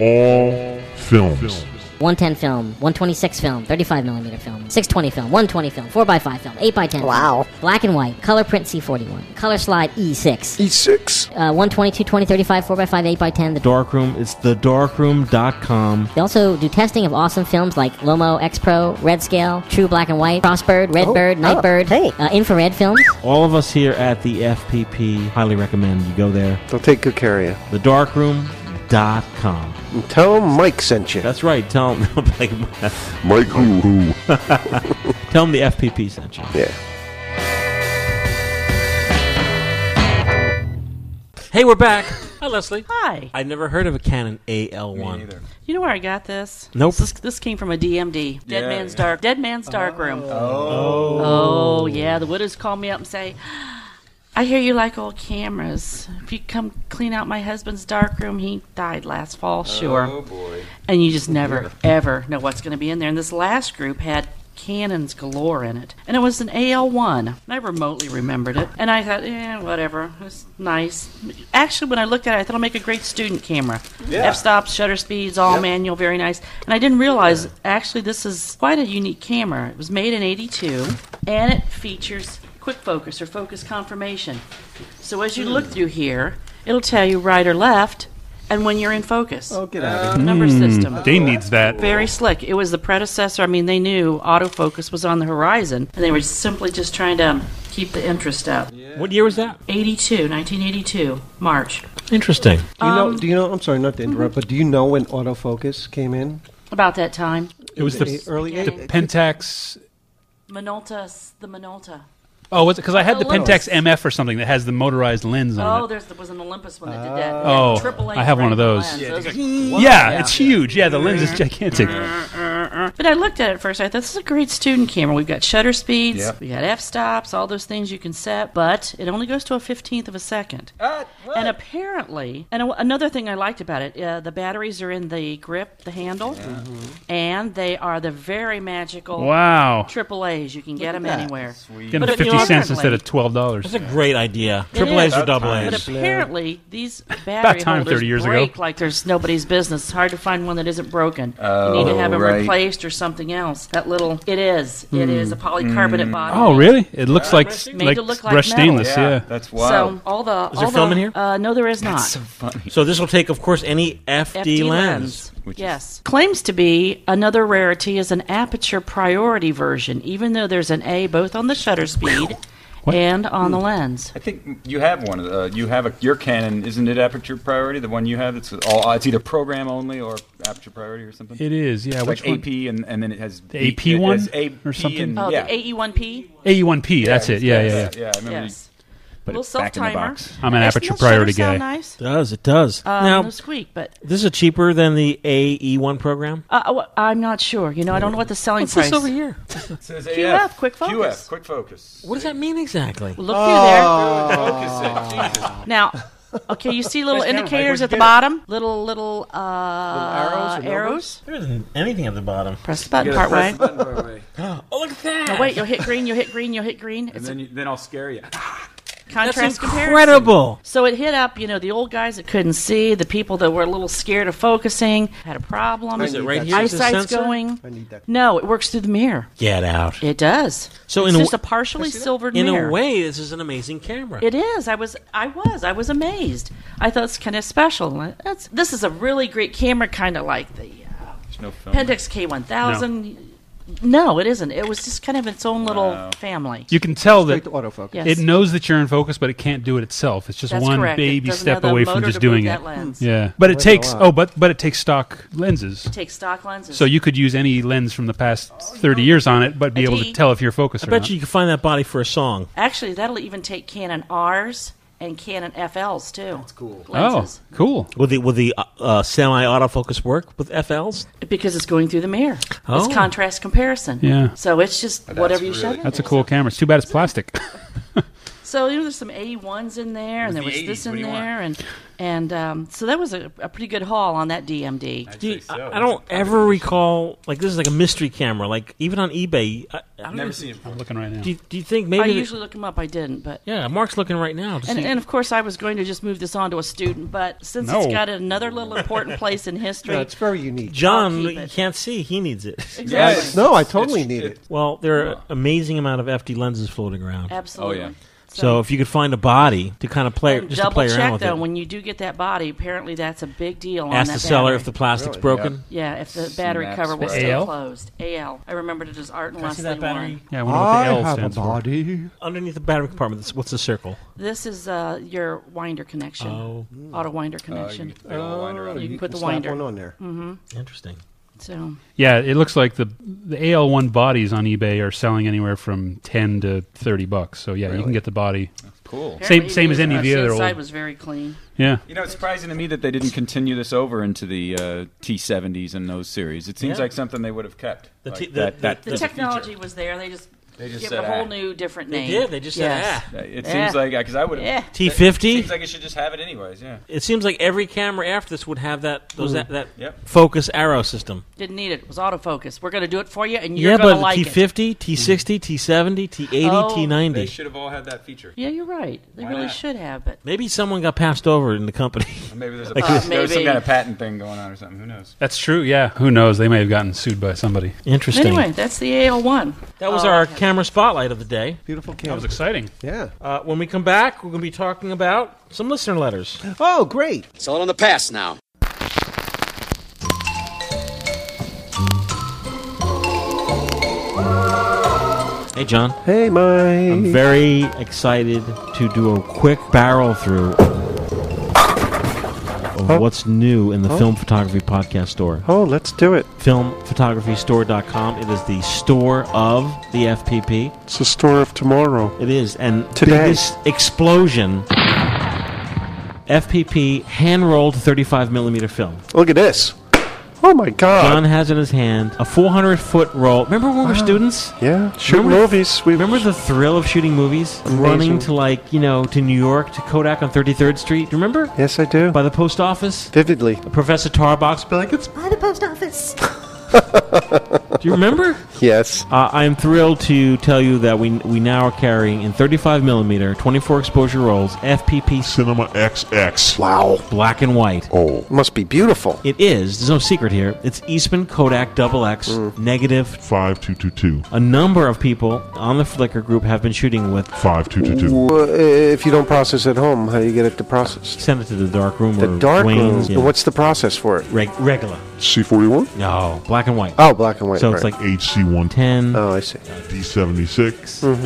S11: 110 film, 126 film, 35 millimeter film, 620 film, 120 film, 4x5 film, 8x10. Wow. Black and white, color print C41, color slide E6,
S12: E6.
S11: uh, 122, 20, 35, 4x5, 8x10. The
S1: Dark room. It's thedarkroom.com.
S11: They also do testing of awesome films like Lomo X Pro, Red Scale, True Black and White, Crossbird, Redbird, Nightbird, uh, infrared films.
S1: All of us here at the FPP highly recommend you go there.
S12: They'll take good care of you.
S1: Thedarkroom.com.
S12: And tell 'em Mike sent you.
S1: That's right. Tell him, like,
S10: Mike who? who?
S1: tell him the FPP sent you.
S12: yeah.
S1: Hey, we're back. Hi, Leslie.
S3: Hi.
S1: I never heard of a Canon AL1.
S3: You know where I got this?
S1: Nope.
S3: This, this came from a DMD. Dead
S1: Yeah,
S3: Man's
S1: yeah.
S3: Dark. Dead Man's Dark Room.
S1: Oh.
S3: Oh, yeah. The widows call me up and say, I hear you like old cameras. If you come clean out my husband's dark room, he died last fall, sure.
S13: Oh, boy.
S3: And you just never, ever know what's going to be in there. And this last group had cannons galore in it. And it was an AL1. And I remotely remembered it. And I thought, eh, whatever. It's nice. Actually, when I looked at it, I thought I'll make a great student camera.
S13: Yeah.
S3: F stops, shutter speeds, all manual, very nice. And I didn't realize, actually, this is quite a unique camera. It was made in 82, and it features quick focus or focus confirmation. So as you look through here, it'll tell you right or left, and when you're in focus. Oh, get
S2: out of here.
S3: Number
S1: Hmm.
S2: Mm,
S3: system.
S2: Dane needs that.
S3: Very slick. It was the predecessor. I mean, they knew autofocus was on the horizon, and they were simply just trying to keep the interest up.
S1: What year was that?
S3: 82, 1982, March.
S1: Interesting.
S5: Do you know?
S3: Um,
S5: do you know? I'm sorry, not to interrupt, but do you know when autofocus came in?
S3: About that time.
S2: It was the,
S5: early
S2: the Pentax.
S3: Minolta, s- the Minolta.
S2: Oh, was it? Because I had the
S3: The little-
S2: Pentax MF or something that has the motorized lens on
S3: Oh,
S2: it.
S3: there's, there was an Olympus one that did that.
S2: Oh,
S3: Triple
S2: I have one of those.
S3: lens.
S2: Yeah,
S3: Those
S2: it's
S3: are-
S2: like- yeah, it's huge. Yeah, the lens is gigantic.
S3: But I looked at it first. I thought this is a great student camera. We've got shutter speeds,
S2: Yeah.
S3: we got f stops, all those things you can set. But it only goes to a fifteenth of a second. and apparently, and a- another thing I liked about it, uh, the batteries are in the grip, the handle, and they are the very magical
S2: Wow.
S3: triple A's. You can get
S13: at
S3: them
S13: that.
S3: anywhere.
S2: Get them fifty cents instead of twelve dollars.
S1: That's a great idea.
S3: It
S1: Triple
S3: is.
S1: A's or double
S3: But
S1: A's.
S3: apparently, these battery
S2: time
S3: holders
S2: 30 years ago.
S3: break like there's nobody's business. It's hard to find one that isn't broken. you need to
S2: Oh,
S3: have them
S2: right.
S3: replaced or something else. That little, it is, it
S2: Hmm.
S3: is a polycarbonate
S2: Hmm.
S3: bottom.
S2: Oh, really? It looks like s-
S3: made
S2: like
S3: to look like
S2: brushed
S3: metal.
S2: stainless. Yeah, that's
S3: So all the
S1: Is
S3: all
S1: there
S3: the,
S1: film in here?
S3: Uh, no, there is not.
S1: funny. So this will take, of course, any FD,
S3: FD
S1: lens.
S3: yes. Claims to be another rarity is an aperture priority version, even though there's an A both on the shutter speed and on
S2: Hmm.
S3: the lens.
S9: I think you have one. of the- Uh, you have a, your Canon, isn't it aperture priority? The one you have, it's all. It's either program only or aperture priority or something.
S2: It is, yeah.
S9: It's
S2: Which
S9: like
S2: one?
S9: AP and, and then it has
S2: The AP one
S9: it has AP
S2: or something?
S9: and-
S3: Oh,
S9: yeah.
S3: the AE1P.
S2: AE1P. that's it. Yeah, yeah, yeah.
S9: Yeah, I remember.
S3: Yes.
S9: Put
S3: Little
S9: it back in the
S3: self-timer.
S9: box.
S2: I'm an
S3: Actually,
S2: aperture
S3: those shutters
S2: priority
S3: sound
S2: guy.
S3: Nice.
S1: Does it does
S3: Um,
S1: now?
S3: no squeak, but
S1: This is cheaper than the AE1 program.
S3: Uh, uh, well, I'm not sure. You know, I don't know what the selling
S1: What's
S3: price.
S1: this over here?
S9: It says
S3: QF,
S9: AF.
S3: quick focus.
S9: QF, quick focus.
S1: What does that mean exactly?
S3: Well, look through there.
S9: Focus it. Jesus.
S3: Now, okay, you see little
S9: Press down,
S3: indicators
S9: Mike,
S3: at the
S9: where'd
S3: bottom. Little little uh, arrows.
S1: There isn't anything at the bottom.
S3: Press the
S9: button, You gotta press Cartwright. the button,
S1: oh, look at that!
S3: Now, wait, you'll hit green. You'll hit green. You'll hit green.
S9: And
S3: It's
S9: then, you, then I'll scare you.
S3: a contrast comparison.
S1: incredible.
S3: So it hit up, you know, the old guys that couldn't see, the people that were a little scared of focusing, had a problem.
S1: Is it right here? Is it
S3: Eyesight's
S1: sensor?
S3: going. I need that. No, it works through the mirror.
S1: Get out.
S3: It does.
S1: So
S3: it's
S1: in a
S3: just a
S1: w-
S3: partially silvered
S1: in
S3: mirror.
S1: a way, this is an amazing camera.
S3: It is. I was. I was. I was amazed. I thought it's kind of special. That's. This is a really great camera, kind of like the
S9: There's no
S8: Oh,
S9: film.
S3: Pentax K one thousand. No, it isn't. It was just kind of its own little family.
S2: You can tell that
S3: Straight to autofocus. Yes.
S2: it knows that you're in focus, but it can't do it itself. It's just
S3: That's
S2: one
S3: correct. It
S2: baby
S3: doesn't
S2: step
S3: know the
S2: away from
S3: motor
S2: just
S3: to move
S2: doing
S3: that
S2: it.
S3: lens.
S2: Yeah, but it
S3: That's a
S2: takes
S3: lot.
S2: oh, but but it takes stock lenses.
S3: Take stock lenses.
S2: So you could use any lens from the past thirty years on it, but be able to
S3: Indeed.
S2: tell if you're focused
S1: I
S2: or
S1: bet
S2: not.
S1: you you can find that body for a song.
S3: actually that'll even take Canon R's and Canon FLs too. That's cool.
S2: Oh, cool.
S1: Will the will the uh, uh, semi autofocus work with FLs?
S3: Because it's going through the mirror.
S1: Oh.
S3: It's contrast comparison.
S2: Yeah.
S3: So it's just whatever you shove in.
S2: That's a cool camera. It's too bad it's plastic.
S3: So you know, there's some A ones in there, and there was
S13: the 80s,
S3: this
S13: what
S3: in
S13: do you want?
S3: there, and and um, so that was a, a pretty good haul on that DMD.
S1: Gee,
S9: Oh,
S1: I, I don't ever recall like this is like a mystery camera. Like even on eBay, I, I don't
S9: Never
S1: even-
S9: seen it before.
S2: I'm looking right now.
S1: Do you, do you think maybe?
S3: I
S1: that-
S3: usually look them up. I didn't, but
S1: yeah, Mark's looking right now. To
S3: and,
S1: see.
S3: and of course I was going to just move this on to a student, but since it's
S1: No.
S3: got another little important place in history,
S1: No, it's
S5: very unique.
S1: John,
S3: I'll keep
S1: you
S3: it.
S1: can't see. He needs it.
S3: Exactly. Yes.
S5: No, I totally need it.
S1: Well, there are an amazing amount of FD lenses floating around.
S3: Absolutely. Oh, yeah.
S1: So, if you could find a body to kind of play, just to
S3: double
S1: play around
S3: check
S1: with
S3: though
S1: it.
S3: when you do get that body. Apparently that's a big deal. on
S1: Ask
S3: that
S1: the seller
S3: battery.
S1: if the plastic's Really? broken.
S3: Yeah, if the
S1: Snap
S3: battery cover was
S1: spec.
S3: still
S1: AL?
S3: closed. AL. I remembered it as Art and
S1: Can I see
S3: Leslie
S1: that battery?
S3: Warren.
S2: Yeah, I wonder what the
S1: I
S2: L
S1: have a
S2: stands
S5: for.
S1: Underneath the battery compartment, that's- what's the circle?
S3: This is uh, your winder connection. Mm.
S1: Oh.
S3: Auto winder connection.
S1: get the big old winder out.
S3: You
S1: You
S3: can put
S1: can
S3: the
S1: slap
S3: winder
S1: one on there.
S3: hmm
S1: Interesting.
S3: So
S2: Yeah, it looks like the the AL1 bodies on eBay are selling anywhere from 10 to 30 bucks. So yeah, you can
S9: Really?
S2: get the body.
S9: Cool.
S2: Same same as any of the other old.
S3: side was very clean.
S2: Yeah.
S9: You know, it's surprising to me that they didn't continue this over into the uh, T70s and those series. It seems
S3: Yeah.
S9: like something they would have kept.
S1: The
S9: Like
S1: T- the-
S9: that, that
S3: the
S9: as a feature.
S3: technology was there. They just
S9: They just
S3: gave
S9: said,
S3: it a whole
S9: "Ah."
S3: new different
S1: They
S3: name.
S1: did, they just said, "Ah."
S9: It
S1: Yeah.
S9: seems like because I would have
S1: Yeah.
S9: that-
S1: T50?
S9: Seems like I should just have it anyways. Yeah.
S1: It seems like every camera after this would have that those
S9: Mm.
S5: Hmm.
S1: that, that
S9: Yep.
S1: focus arrow system.
S3: Didn't need it. It was autofocus. We're going to do it for you, and you're
S1: yeah,
S3: going
S1: but
S3: to like
S1: T
S3: it.
S1: fifty,
S4: Mm-hmm.
S1: T sixty, T seventy, T eighty,
S3: Oh.
S1: T
S9: They
S1: ninety.
S9: should have all had that feature.
S3: Yeah, you're right. They
S9: Why
S3: really
S9: not?
S3: should have, but
S1: Maybe someone got passed over in the company.
S9: Or maybe there's a
S1: Like
S9: patent,
S1: this-
S9: there's some kind of patent thing going on or something. Who knows?
S2: That's true. Yeah, who knows? They may have gotten sued by somebody.
S1: Interesting.
S3: anyway, that's the AL1.
S1: That was
S3: Oh,
S1: our camera spotlight of the day.
S4: Beautiful
S2: That was exciting.
S4: Yeah.
S1: Uh, when we come back, we're going to be talking about some listener letters.
S4: Oh, great.
S13: It's all in the past now.
S1: Hey, John.
S12: Hey, Mike.
S1: I'm very excited to do a quick barrel through of what's new in the
S12: Oh.
S1: Film Photography Podcast store.
S12: Oh, let's do it.
S1: Filmphotographystore.com. It is the store of the FPP.
S12: It's the store of tomorrow.
S1: It is. And
S12: Today.
S1: biggest explosion FPP hand rolled 35 millimeter film.
S12: Look at this. Oh my God.
S1: John has in his hand a 400 foot roll. Remember when we were students?
S12: Yeah. Shoot movies. We
S1: remember the thrill of shooting movies,
S12: Amazing.
S1: running to like you know to New York to Kodak on 33rd Street. Do you remember?
S12: Yes, I do.
S1: By the post office,
S12: Vividly.
S1: Professor Tarbox would be like, "It's."
S14: By the post office.
S1: Do you remember?
S12: Yes.
S1: Uh, I am thrilled to tell you that we we now are carrying in 35 millimeter, 24 exposure rolls, FPP Cinema XX.
S12: Wow.
S1: Black and white.
S12: Oh, must be beautiful.
S1: It is. There's no secret here. It's Eastman Kodak Double X
S12: Mm.
S1: negative 5222. A number of people on the Flickr group have been shooting with 5222.
S12: Well, if you don't process at home, how do you get it to process?
S1: Send it to the dark room.
S12: The
S1: or
S12: dark room.
S1: Wayne's, yeah.
S12: What's the process for it?
S1: Reg- regular.
S12: C41?
S1: No, black and white.
S12: Oh, black and white.
S1: So it's
S12: right.
S1: like HC110.
S12: Oh, I see. Mm-hmm.
S1: D76.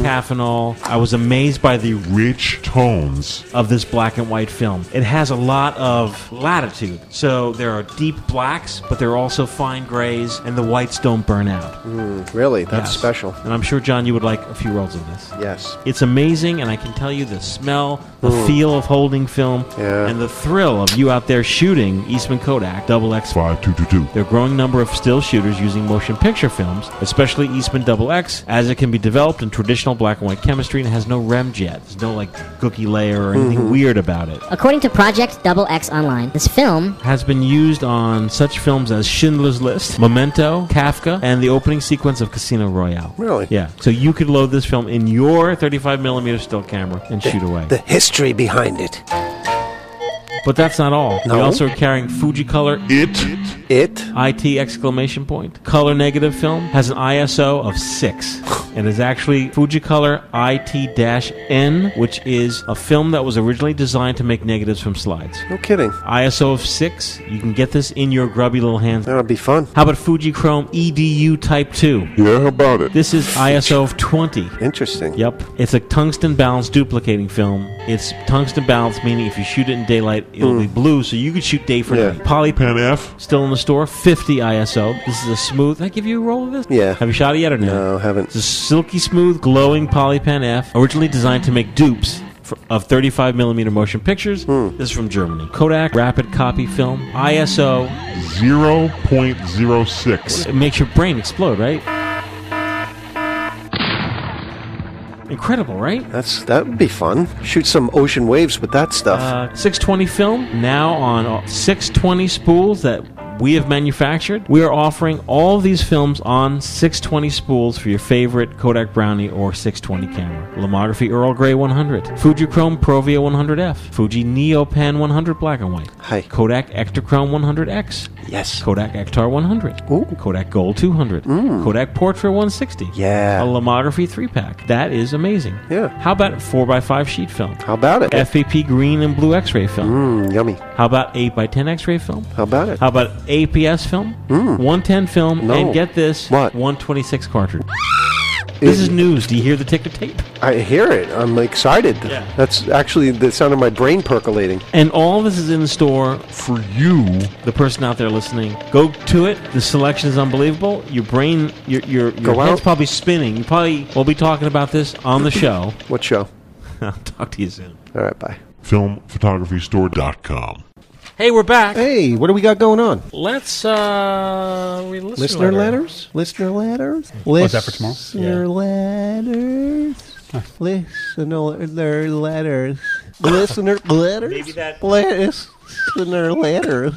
S1: Taffinol. I was amazed by the rich tones of this black and white film. It has a lot of latitude. So there are deep blacks, but there are also fine grays, and the whites don't burn out.
S12: Mm, really? That's
S1: Yes.
S12: special.
S1: And I'm sure, John, you would like a few rolls of this.
S12: Yes.
S1: It's amazing, and I can tell you the smell, the
S12: Mm.
S1: feel of holding film,
S12: Yeah.
S1: and the thrill of you out there shooting Eastman Kodak Double X Five Two Two Two. There are a growing number of still shooters using motion picture films, especially Eastman Double X, as it can be developed in traditional black and white chemistry and has no REM jet. There's no like gooky layer or anything
S12: Mm-hmm.
S11: Mhm.
S1: weird about it.
S11: According to Project Double X Online, this film
S1: Has been used on such films as Schindler's List, Memento, Kafka, and the opening sequence of Casino Royale.
S12: Really?
S1: Yeah. So you could load this film in your 35mm still camera and shoot away.
S12: The history behind it.
S1: But that's not all.
S12: No?
S1: We also are carrying Fuji Color It.
S12: It.
S1: IT exclamation point. Color negative film has an ISO of 6 and is actually Fuji Color IT-N, which is a film that was originally designed to make negatives from slides.
S12: No kidding.
S1: ISO of 6. You can get this in your grubby little hands.
S12: That'll be fun.
S1: How about Fujichrome EDU Type 2? Yeah, how about it? This is ISO of 20.
S12: Interesting.
S1: Yep. It's a tungsten balanced duplicating film. It's tungsten balanced, meaning if you shoot it in daylight, it'll
S12: Mm.
S1: be blue, so you could shoot day for
S12: Yeah.
S1: night. Polypan F. Still in the store, 50 ISO. This is a smooth. Did I give you a roll of this?
S12: Yeah.
S1: Have you shot it yet or no?
S12: No, haven't.
S1: It's a silky smooth, glowing Polypan F, originally designed to make dupes for, of 35 millimeter motion pictures.
S12: Hmm.
S1: This is from Germany. Kodak Rapid Copy Film, ISO 0.06. It makes your brain explode, right? Incredible, right?
S12: That's that would be fun. Shoot some ocean waves with that stuff.
S1: Uh, 620 film now on all- 620 spools that we have manufactured. We are offering all of these films on 620 spools for your favorite Kodak Brownie or 620 camera. Lomography Earl Grey 100, Fujichrome Provia 100F, Fuji Neopan 100 black and white,
S12: Hi.
S1: Kodak Ektachrome 100X,
S12: Yes.
S1: Kodak Ektar 100, Kodak Gold 200, Kodak Portra 160,
S12: Mm. Yeah.
S1: a Lomography 3 pack. That is amazing.
S12: Yeah.
S1: How about 4x5 sheet film? E
S12: How about it?
S1: FPP green and blue X-ray film.
S12: Mm, yummy.
S1: How about 8x10 X-ray film?
S12: How about it? Mm.
S1: How about APS film? 110 film
S12: No.
S1: and get this
S12: What?
S1: 126 cartridge. This is news. Do you hear the tick of tape?
S12: I hear it. I'm excited.
S1: Yeah.
S12: That's actually the sound of my brain percolating.
S1: And all this is in store for you, the person out there listening. Go to it. The selection is unbelievable. Your brain, your your, your
S12: Go
S1: head's
S12: out.
S1: probably spinning. You probably will be talking about this on the show.
S12: what show?
S1: I'll talk to you soon.
S12: All right, bye.
S13: Filmphotographystore.com.
S1: Hey, we're back.
S5: Hey, what do we got going on?
S1: Let's uh, we listen
S5: Listener
S1: letter.
S5: letters? Listener letters?
S2: Oh, is that for tomorrow?
S5: Listener letters? Listener letters. Listener letters?
S1: Maybe that-
S5: Listener letters.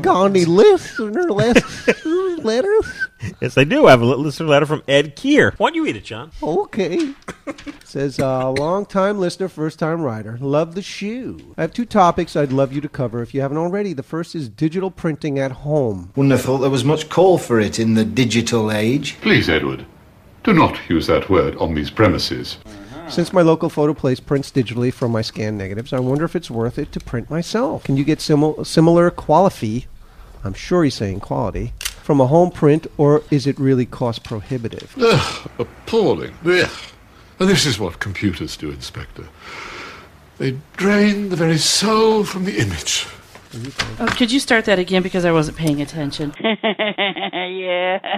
S5: Gandhi listener letters. letters?
S1: Yes, I do. I have a listener letter from Ed Keir. Why don't you read it, John?
S5: Okay. Says a uh, long time listener, first time writer. Love the shoe. I have two topics I'd love you to cover if you haven't already. The first is digital printing at home.
S15: Wouldn't have thought there was much call for it in the digital age.
S10: Please, Edward, do not use that word on these premises.
S5: Since my local photo place prints digitally from my scan negatives, I wonder if it's worth it to print myself. Can you get simil- similar quality? I'm sure he's saying quality from a home print, or is it really cost prohibitive?
S10: Ugh, appalling. Ugh. And this is what computers do, Inspector. They drain the very soul from the image.
S3: Oh, could you start that again because I wasn't paying attention?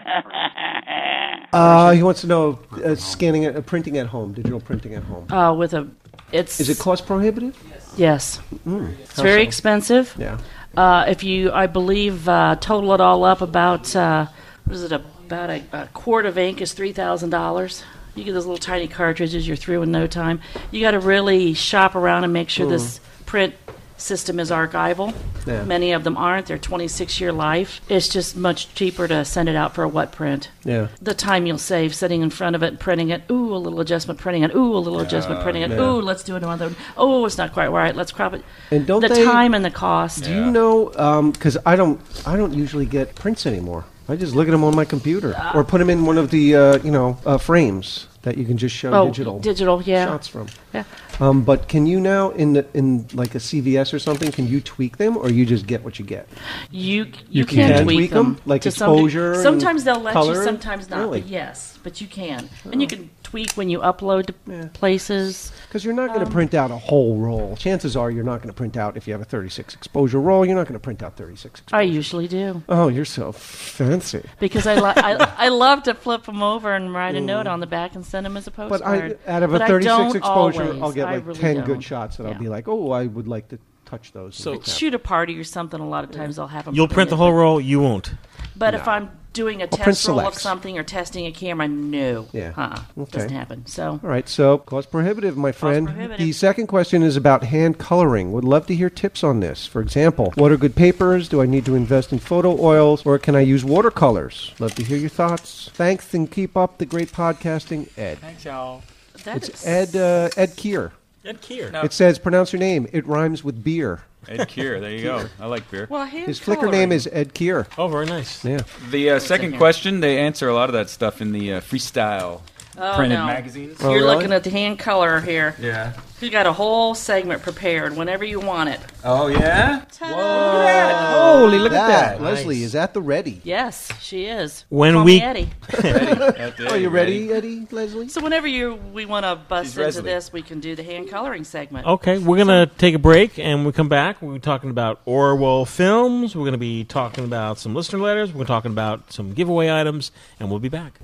S3: yeah.
S5: Uh, he wants to know uh, scanning, at, uh, printing at home, digital printing at home.
S3: Uh, with a, it's
S5: Is it cost prohibitive?
S3: Yes.
S5: Mm.
S3: It's
S5: How
S3: very
S5: so?
S3: expensive.
S5: Yeah.
S3: Uh, if you, I believe, uh, total it all up, about uh, what is it? About a, a quart of ink is three thousand dollars. You get those little tiny cartridges. You're through in no time. You got to really shop around and make sure this print system is archival.
S5: Hmm. Yeah.
S3: Many of them aren't. They're 26 year life. It's just much cheaper to send it out for a wet print.
S5: Yeah.
S3: The time you'll save sitting in front of it and printing it. Ooh, a little adjustment printing it. Ooh, a little adjustment
S5: Yeah.
S3: printing it.
S5: Yeah.
S3: Ooh, let's do another. one. Oh, it's not quite right. Let's crop it.
S5: And don't
S3: the
S5: they-
S3: time and the cost.
S5: Do you know? Because I don't, I don't usually get prints anymore. I just look at them on my computer,
S3: Uh,
S5: or put them in one of the, uh, you know, uh, frames that you can just show
S3: Oh,
S5: digital.
S3: digital, yeah.
S5: Shots from.
S3: Yeah.
S5: Um, but can you now in the in like a CVS or something? Can you tweak them, or you just get what you get?
S3: You you,
S5: You
S3: can,
S5: can
S3: tweak
S5: tweak
S3: them,
S5: 'em, like
S3: to some de-
S5: exposure and
S3: Sometimes they'll let you,
S5: color?
S3: sometimes not.
S5: Really?
S3: But yes, but you can, and you can tweak when you upload to places.
S5: Because you're not going to
S3: Um,
S5: print out a whole roll. Chances are you're not going to print out if you have a 36 exposure roll. You're not going to print out 36.
S3: I usually do
S5: Oh, you're so fancy.
S3: because I, li- I I love to flip them over and write a note on the back and send them as a
S5: But I,
S3: postcard.
S5: out of a
S3: But I
S5: 36
S3: don't
S5: exposure,
S3: always.
S5: I'll get
S3: I
S5: like
S3: really
S5: 10
S3: don't.
S5: good shots, and I'll be like, oh, I would like to touch those.
S3: So shoot a party or something. A lot of times I'll have them.
S1: You'll print the whole roll. You won't.
S3: But if I'm doing a
S5: print
S3: test roll of
S5: selects.
S3: something or testing a camera, no,
S5: Yeah.
S3: uh-uh. doesn't
S5: Okay.
S3: happen. So
S5: All right, so cost prohibitive, my friend.
S3: prohibitive.
S5: The second question is about hand coloring. Would love to hear tips on this. For example, what are good papers? Do I need to invest in photo oils or can I use watercolors? Love to hear your thoughts. Thanks and keep up the great podcasting, Ed.
S9: Thanks, y'all.
S3: That
S5: it's
S3: is-
S5: Ed uh, Ed Keir.
S1: Ed Keir.
S9: No.
S5: It says pronounce your name. It rhymes with beer.
S9: Ed Keir, there you go. I like beer.
S3: Well, hand
S5: His Flickr name is Ed Keir.
S1: Oh, very nice.
S5: Yeah.
S9: The uh, second question, they answer a lot of that stuff in the uh, freestyle
S3: Oh,
S9: printed
S3: no.
S9: magazines.
S3: You're looking at the hand color here.
S9: Yeah.
S3: You got a whole segment prepared whenever you want it.
S9: Oh yeah.
S5: Holy, look
S9: at that.
S5: Leslie is at the ready.
S3: Yes, she is.
S1: When
S3: Call
S1: we-
S3: me Eddie.
S5: Are you ready, Eddie, Leslie?
S3: So whenever you we want to bust
S5: She's
S3: into
S5: Leslie.
S3: this, we can do the hand coloring segment.
S1: Okay, we're gonna take a break, and when we come back, we're talking about Orwell films. We're gonna be talking about some listener letters. We're talking about some giveaway items, and we'll be back.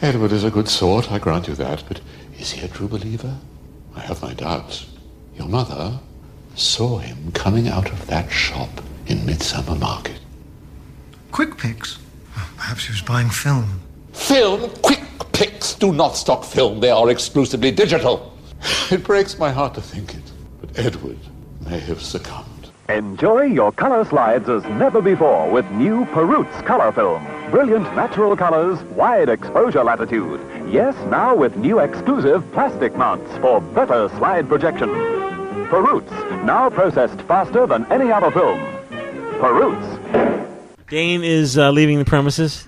S10: Edward is a good sort, I grant you that, but is he a true believer? I have my doubts. Your mother saw him coming out of that shop in Midsummer Market.
S14: Quick picks. Perhaps he was buying film.
S10: Film, quick picks do not stock film. They are exclusively digital. It breaks my heart to think it, but Edward may have succumbed.
S7: Enjoy your color slides as never before with new Perutz Color Film. Brilliant natural colors, wide exposure latitude. Yes, now with new exclusive plastic mounts for better slide projection. Perutz, now processed faster than any other film. Perutz.
S1: Dane is uh, leaving the premises.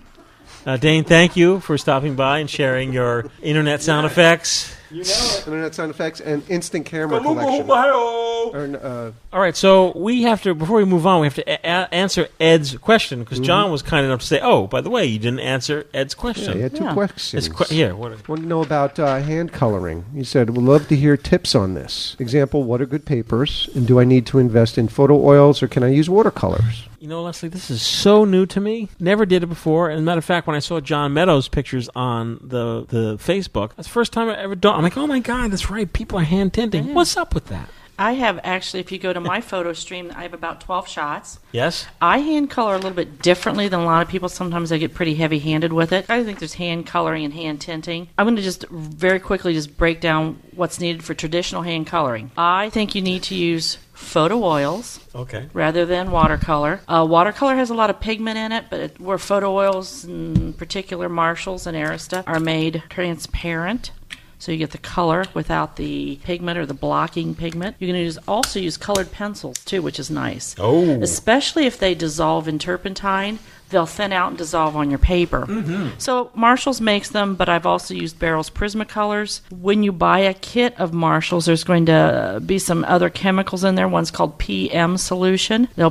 S1: Uh, Dane, thank you for stopping by and sharing your internet sound effects.
S5: You know it. Internet sound effects and instant camera
S1: Kamu
S5: collection.
S1: Ohio.
S5: Or, uh,
S1: All right, so we have to before we move on, we have to a- a- answer Ed's question because John was kind enough to say, "Oh, by the way, you didn't answer Ed's question."
S5: yeah, he had two questions.
S1: It's que- yeah, what?
S5: Want to know about uh, hand coloring? He said, "Would love to hear tips on this. Example: What are good papers, and do I need to invest in photo oils, or can I use watercolors?"
S1: You know, Leslie, this is so new to me. Never did it before. And matter of fact, when I saw John Meadows' pictures on the the Facebook, that's the first time I ever done. I'm like, "Oh my god, that's right. People are hand tinting. What's up with that?"
S3: I have actually, if you go to my photo stream, I have about 12 shots.
S1: Yes.
S3: I hand color a little bit differently than a lot of people. Sometimes I get pretty heavy handed with it. I think there's hand coloring and hand tinting. I'm going to just very quickly just break down what's needed for traditional hand coloring. I think you need to use photo oils
S1: Okay.
S3: rather than watercolor. Uh, watercolor has a lot of pigment in it, but it, where photo oils, in particular Marshalls and Arista, are made transparent. So you get the color without the pigment or the blocking pigment. You can use, also use colored pencils too, which is nice.
S13: Oh.
S3: Especially if they dissolve in turpentine, they'll thin out and dissolve on your paper.
S13: Mhm.
S3: So Marshalls makes them, but I've also used Barrel's Prismacolors. When you buy a kit of Marshalls, there's going to be some other chemicals in there. One's called PM solution. There'll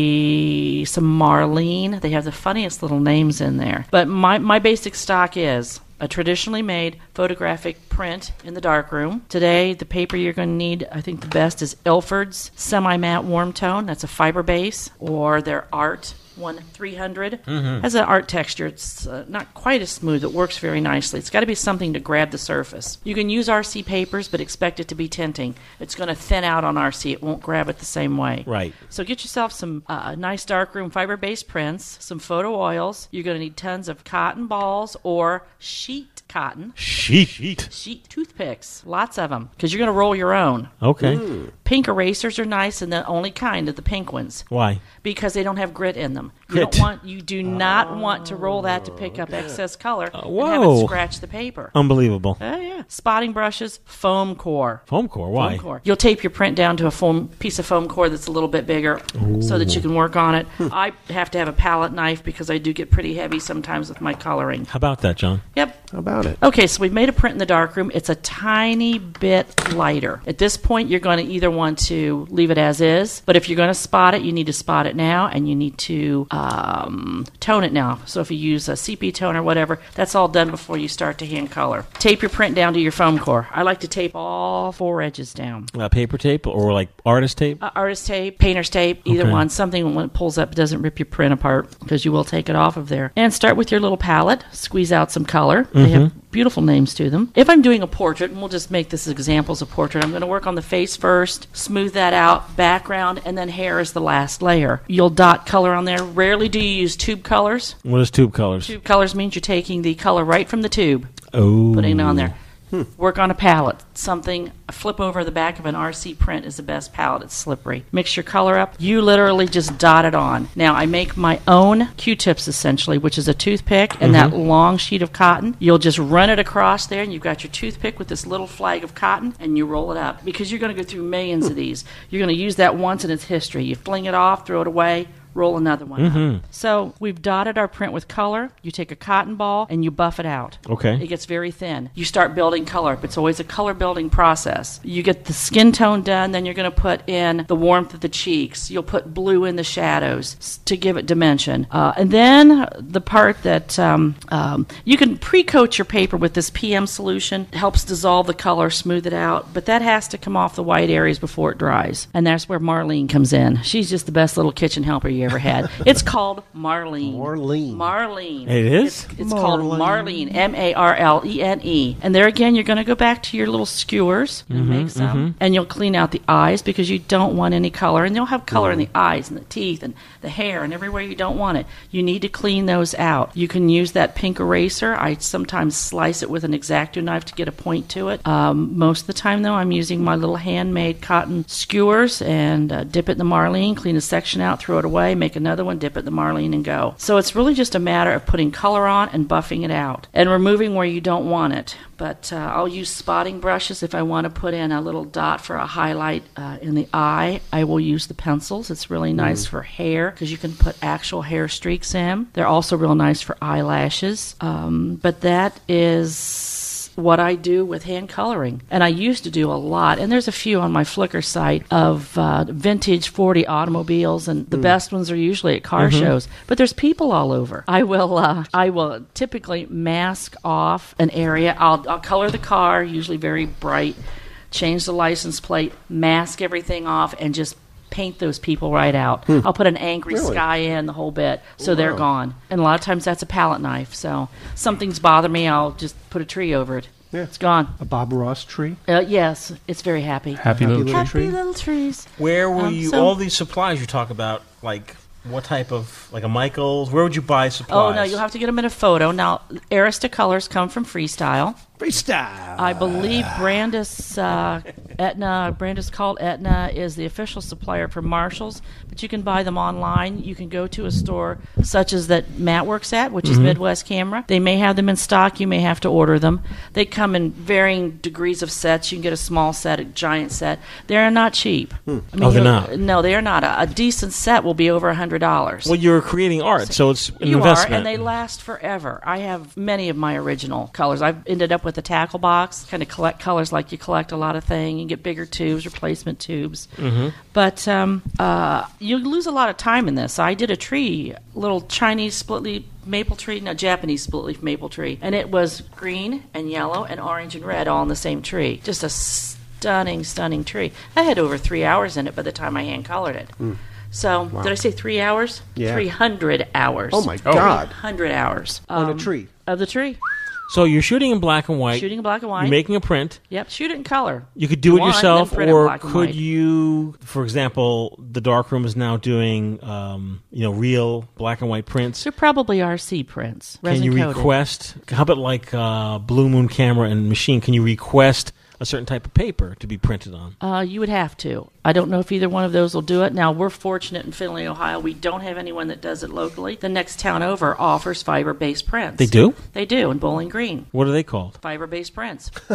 S3: be some Marlene. They have the funniest little names in there. But my, my basic stock is a traditionally made photographic print in the darkroom. Today, the paper you're going to need, I think the best is Ilford's Semi Matte Warm Tone. That's a fiber base, or their Art one 300
S9: Mm-hmm.
S1: Mm-hmm.
S13: Mhm.
S3: has an art texture. It's uh, not quite as smooth. It works very nicely. It's got to be something to grab the surface. You can use RC papers, but expect it to be tinting. It's going to thin out on RC. It won't grab it the same way.
S1: Right.
S3: So get yourself some uh, nice darkroom fiber-based prints, some photo oils. You're going to need tons of cotton balls or sheet cotton.
S1: Sheet.
S3: Sheet toothpicks, lots of them, because you're going to roll your own.
S1: Okay. Ooh.
S3: Pink erasers are nice, and the only kind of the pink ones
S1: Why?
S3: because they don't have grit in them. You don't
S1: Grit.
S3: want you do not want to roll that to pick up excess color and have
S1: Uh, whoa.
S3: it scratch the paper.
S1: Unbelievable.
S3: Oh yeah. Spotting brushes, foam core.
S1: Foam core. Why?
S3: Foam core. You'll tape your print down to a foam piece of foam core that's a little bit bigger so that you
S1: Ooh.
S3: can work on it. I have to have a palette knife because I do get pretty heavy sometimes with my coloring.
S1: How about that, John?
S3: Yep.
S5: How about it?
S3: Okay, so we've made a print in the darkroom. It's a tiny bit lighter. At this point, you're going to either want to leave it as is, but if you're going to spot it, you need to spot it now and you need to um, tone it now. So if you use a CP tone or whatever, that's all done before you start to hand color. Tape your print down to your foam core. I like to tape all four edges down.
S1: Uh, paper tape or like artist tape?
S3: Uh, artist tape, painter's tape, either
S1: Okay.
S3: one. Something when it pulls up doesn't rip your print apart because you will take it off of there. And start with your little palette. Squeeze out some color. They have beautiful names to them. If I'm doing a portrait, and we'll just make this as examples of portrait, I'm going to work on the face first, smooth that out, background, and then hair is the last layer. You'll dot color on there. Rarely do you use tube colors.
S1: What is tube colors?
S3: Tube colors means you're taking the color right from the tube,
S1: Oh.
S3: putting it on there. Work on a palette. Something, a flip over the back of an RC print is the best palette. It's slippery. Mix your color up. You literally just dot it on. Now, I make my own Q tips essentially, which is a toothpick and that
S1: Mm-hmm.
S13: Mhm.
S3: long sheet of cotton. You'll just run it across there, and you've got your toothpick with this little flag of cotton, and you roll it up because you're going to go through millions
S1: Hmm.
S3: of these. You're going to use that once in its history. You fling it off, throw it away, roll another one. up.
S1: Mhm.
S3: So we've dotted our print with color. You take a cotton ball and you buff it out.
S1: Okay.
S3: It gets very thin. You start building color up. It's always a color building process. You get the skin tone done, then you're going to put in the warmth of the cheeks. You'll put blue in the shadows s- to give it dimension. Uh, and then the part that um, um, you can pre coat your paper with this PM solution, It helps dissolve the color, smooth it out, but that has to come off the white areas before it dries. And that's where Marlene comes in. She's just the best little kitchen helper you ever had. it's called Marlene. Marlene. Marlene.
S1: It is?
S3: It's, it's called Marlene, M A R L E N E. And there again, you're going to go back to your little skewers and
S13: Mhm,
S3: make some.
S13: mhm.
S3: And you'll clean out the eyes because you don't want any color. And you'll have color in the eyes and the teeth and the hair and everywhere you don't want it. You need to clean those out. You can use that pink eraser. I sometimes slice it with an exacto knife to get a point to it. Um, most of the time, though, I'm using my little handmade cotton skewers and uh, dip it in the marline, clean a section out, throw it away, make another one, dip it in the marline, and go. So it's really just a matter of putting color on and buffing it out and removing where you don't want it. But uh, I'll use spotting brushes if I want to put in a little dot for a highlight uh, in the eye. I will use the pencils. It's really nice
S13: Mm.
S3: for hair because you can put actual hair streaks in. They're also real nice for eyelashes. Um, but that is what I do with hand coloring. And I used to do a lot, and there's a few on my Flickr site of uh, vintage 40 automobiles, and the
S13: Mm.
S3: best ones are usually at car
S8: Mm-hmm.
S13: Mhm.
S9: Mm-hmm.
S3: shows. But there's people all over. I will, uh, I will typically mask off an area. I'll, I'll color the car, usually very bright, change the license plate, mask everything off, and just paint those people right out.
S13: Hmm.
S3: I'll put an angry
S13: Really?
S3: sky in the whole bit, so they're
S13: Wow.
S3: gone. And a lot of times that's a palette knife. So something's bothered me, I'll just put a tree over it. Yeah. It's gone.
S5: A Bob Ross tree.
S3: Uh, yes, it's very happy.
S2: Happy
S5: little
S3: happy
S5: tree.
S3: little trees.
S1: Where were
S3: Um,
S1: you?
S3: so-
S1: all these supplies you talk about, like what type of, like a Michaels? Where would you buy
S3: Oh
S1: supplies?
S3: no, you'll have to get them in a photo. Now, Arista colors come from Freestyle.
S5: Freestyle.
S3: I believe Brandis uh, Etna, Brandis called Etna is the official supplier for Marshalls, but you can buy them online. You can go to a store such as that Matt works at, which is
S1: Mm-hmm.
S13: Mhm.
S3: Midwest Camera. They may have them in stock. You may have to order them. They come in varying degrees of sets. You can get a small set, a giant set. They are not cheap.
S1: Oh, they're
S3: you'll-
S1: not.
S3: No, they are not. A, a decent set will be over a hundred dollars.
S1: Well, you're creating art, so it's an
S3: You
S1: investment.
S3: are, and they last forever. I have many of my original colors. I've ended up with a tackle box, kind of collect colors like you collect a lot of thing and get bigger tubes, replacement tubes.
S13: Mhm.
S3: But um, uh, you lose a lot of time in this. I did a tree, little Chinese split leaf maple tree, no Japanese split leaf maple tree, and it was green and yellow and orange and red all in the same tree. Just a stunning, stunning tree. I had over three hours in it by the time I hand colored it. So
S13: Mm. Wow.
S3: did I say three hours?
S13: Yeah.
S3: Three hundred hours.
S13: Oh, my Oh. God.
S3: Hundred hours
S13: On a
S3: tree Um, of the tree.
S1: so you're shooting in black and white.
S3: Shooting in black and white.
S1: You're making a print.
S3: Yep, shoot it in color.
S1: You could do
S3: If
S1: it
S3: want,
S1: yourself,
S3: then print it in
S1: or
S3: black and
S1: could
S3: white.
S1: you, for example, the darkroom is now doing, um, you know, real black and white prints.
S3: They're probably RC prints.
S1: Can you
S3: resin-coated.
S1: request? How about like uh, Blue Moon Camera and Machine? Can you request a certain type of paper to be printed on?
S3: Uh, you would have to. I don't know if either one of those will do it. Now we're fortunate in Findlay, Ohio. We don't have anyone that does it locally. The next town over offers fiber-based prints.
S1: They do?
S3: They do in Bowling Green.
S1: What are they called?
S3: Fiber-based prints. no,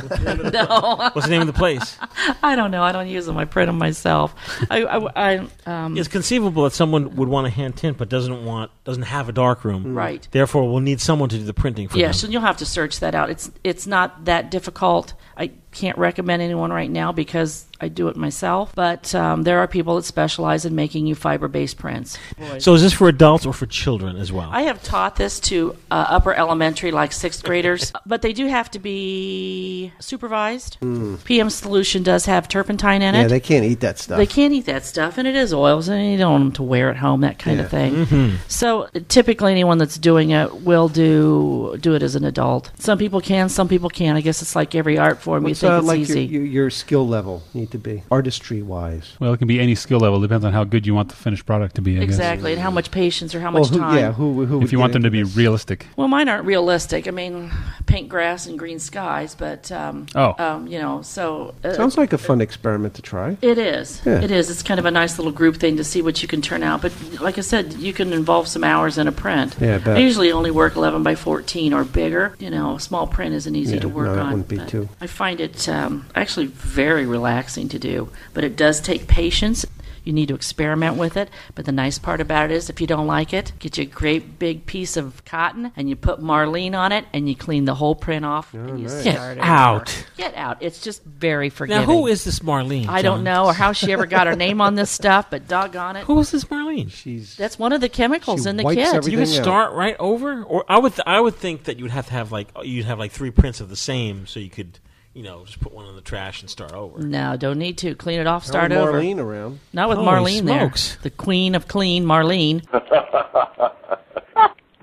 S1: What's the name of the place?
S3: I don't know. I don't use them. I print them myself. I, I, I, um,
S1: It's conceivable that someone would want a hand tint, but doesn't want doesn't have a darkroom.
S3: Mm. Right.
S1: Therefore, we'll need someone to do the printing for
S3: Yes,
S1: them.
S3: and you'll have to search that out. It's it's not that difficult. I can't recommend anyone right now because I do it myself. But um, there are people that specialize in making you fiber-based prints.
S1: So, is this for adults or for children as well?
S3: I have taught this to uh, upper elementary, like sixth graders, but they do have to be supervised. PM solution does have turpentine in it.
S5: Hmm. Yeah, they can't eat that stuff.
S3: They can't eat that stuff, and it is oils, and you don't want them to wear at home, that kind
S5: Yeah.
S3: of thing.
S5: Mhm.
S3: So typically, anyone that's doing it will do do it as an adult. Some people can, some people can't. I guess it's like every art form.
S5: What's,
S3: you think
S5: uh,
S3: it's
S5: like
S3: easy.
S5: Your, your, your skill level need to be artistry wise.
S2: Well, it can be any skill level. Depends on how good you want the finished product to be. I guess.
S3: exactly, and how much patience or how
S5: Well,
S3: much
S5: who-
S3: time.
S5: yeah, who- who would
S2: if you
S5: get
S2: want them to be realistic.
S3: Well, mine aren't realistic. I mean, paint grass and green skies, but um,
S5: Oh.
S3: um, you know, so uh,
S5: Sounds like a fun experiment to try.
S3: It is.
S5: Yeah.
S3: It is. It's kind of a nice little group thing to see what you can turn out. But like I said, you can involve some hours in a print.
S5: Yeah, I bet.
S3: usually only work 11 by 14 or bigger. You know, a small print isn't easy
S5: Yeah,
S3: to work
S5: no, that
S3: on.
S5: wouldn't be
S3: but
S5: too-
S3: I find it um, actually very relaxing to do, but it does take patience. You need to experiment with it, but the nice part about it is if you don't like it, get you a great big piece of cotton and you put Marlene on it and you clean the whole print off and you
S1: nice. Get
S3: start over.
S1: out.
S3: Get out. It's just very forgiving.
S1: Now, who is this Marlene?
S3: I don't
S1: John?
S3: know or how she ever got her name on this stuff, but doggone it. Who
S1: is this Marlene?
S5: She's
S3: that's one of the chemicals in the kit.
S1: You can start right over, or I would I would think that you'd have to have like you'd have like three prints of the same, so you could you know just put one in the trash and start over.
S3: No, don't need to clean it off.
S1: Not
S3: Mm. Start
S1: with
S3: over.
S1: Marlene around.
S3: Not with
S1: Holy
S3: Marlene
S1: Oh, smokes.
S3: there. The queen of clean, Marlene.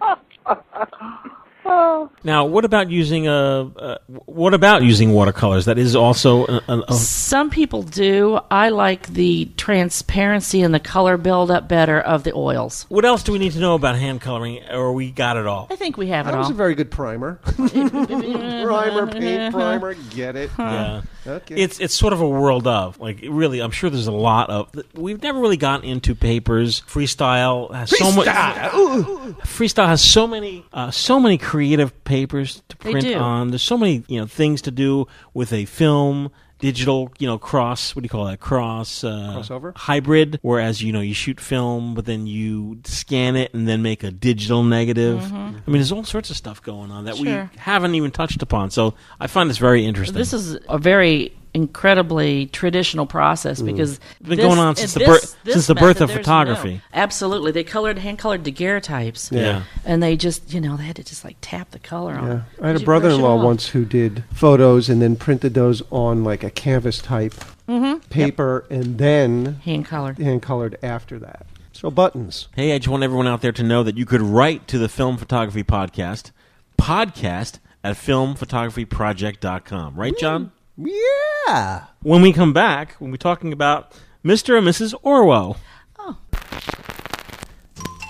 S1: Uh, Now, what about using uh, uh, what about using watercolors? That is also a, a, a-
S3: Some people do. I like the transparency and the color buildup better of the oils.
S1: what else do we need to know about hand coloring, or we got it all?
S3: I think we have it
S5: That was
S3: all.
S5: a very good primer. primer, paint primer, get it.
S1: Yeah.
S5: Okay.
S1: It's it's sort of a world of like it really. I'm sure there's a lot of we've never really gotten into papers. Freestyle has so much.
S13: Freestyle!
S1: Freestyle has so many uh, so many creative papers to
S13: They
S1: print
S13: do.
S1: on. There's so many you know things to do with a film digital, you know, cross. What do you call that? Cross uh,
S5: Crossover?
S1: hybrid. Whereas you know you shoot film, but then you scan it and then make a digital negative.
S3: Mhm.
S1: I mean, there's all sorts of stuff going on that
S3: Sure.
S1: we haven't even touched upon. So I find this very interesting.
S3: This is a very incredibly traditional process
S1: Mm.
S3: because
S1: It's been
S3: this-
S1: going on since
S3: this-
S1: the birth-
S3: this
S1: since the birth
S3: method,
S1: of
S3: there's
S1: photography.
S3: no- absolutely, they colored hand colored daguerreotypes.
S5: Yeah. Yeah.
S3: and they just you know they had to just like tap the color on.
S5: Yeah.
S3: it.
S5: I had
S3: Did
S5: a
S3: you brush it
S5: brother in law
S3: off?
S5: once who did photos and then printed those on like a canvas type
S3: Mhm.
S5: paper and then
S3: hand colored.
S5: Hand colored after that. So buttons.
S1: Hey, I just want everyone out there to know that you could write to the Film Photography Podcast, podcast at filmphotographyproject.com. Right, John?
S5: Yeah.
S1: When we come back, we'll be talking about Mr. and Mrs. Orwell.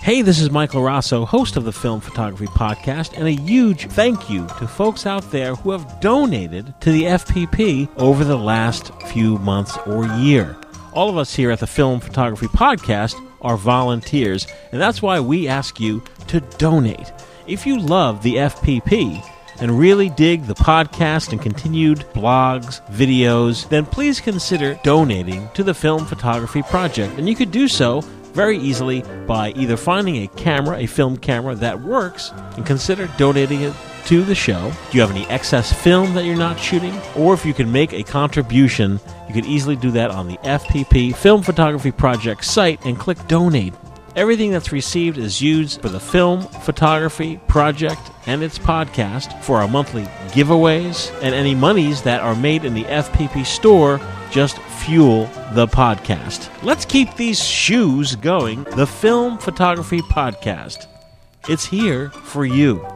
S1: Hey, this is Michael Rosso, host of the Film Photography Podcast, and a huge thank you to folks out there who have donated to the FPP over the last few months or year. All of us here at the Film Photography Podcast are volunteers, and that's why we ask you to donate. If you love the FPP, and really dig the podcast and continued blogs, videos, then please consider donating to the Film Photography Project. And you could do so very easily by either finding a camera, a film camera that works, and consider donating it to the show. Do you have any excess film that you're not shooting? Or if you can make a contribution, you could easily do that on the FPP Film Photography Project site and click donate. Everything that's received is used for the film, photography, project, and its podcast for our monthly giveaways, and any monies that are made in the FPP store just fuel the podcast. Let's keep these shoes going. The Film Photography Podcast. It's here for you.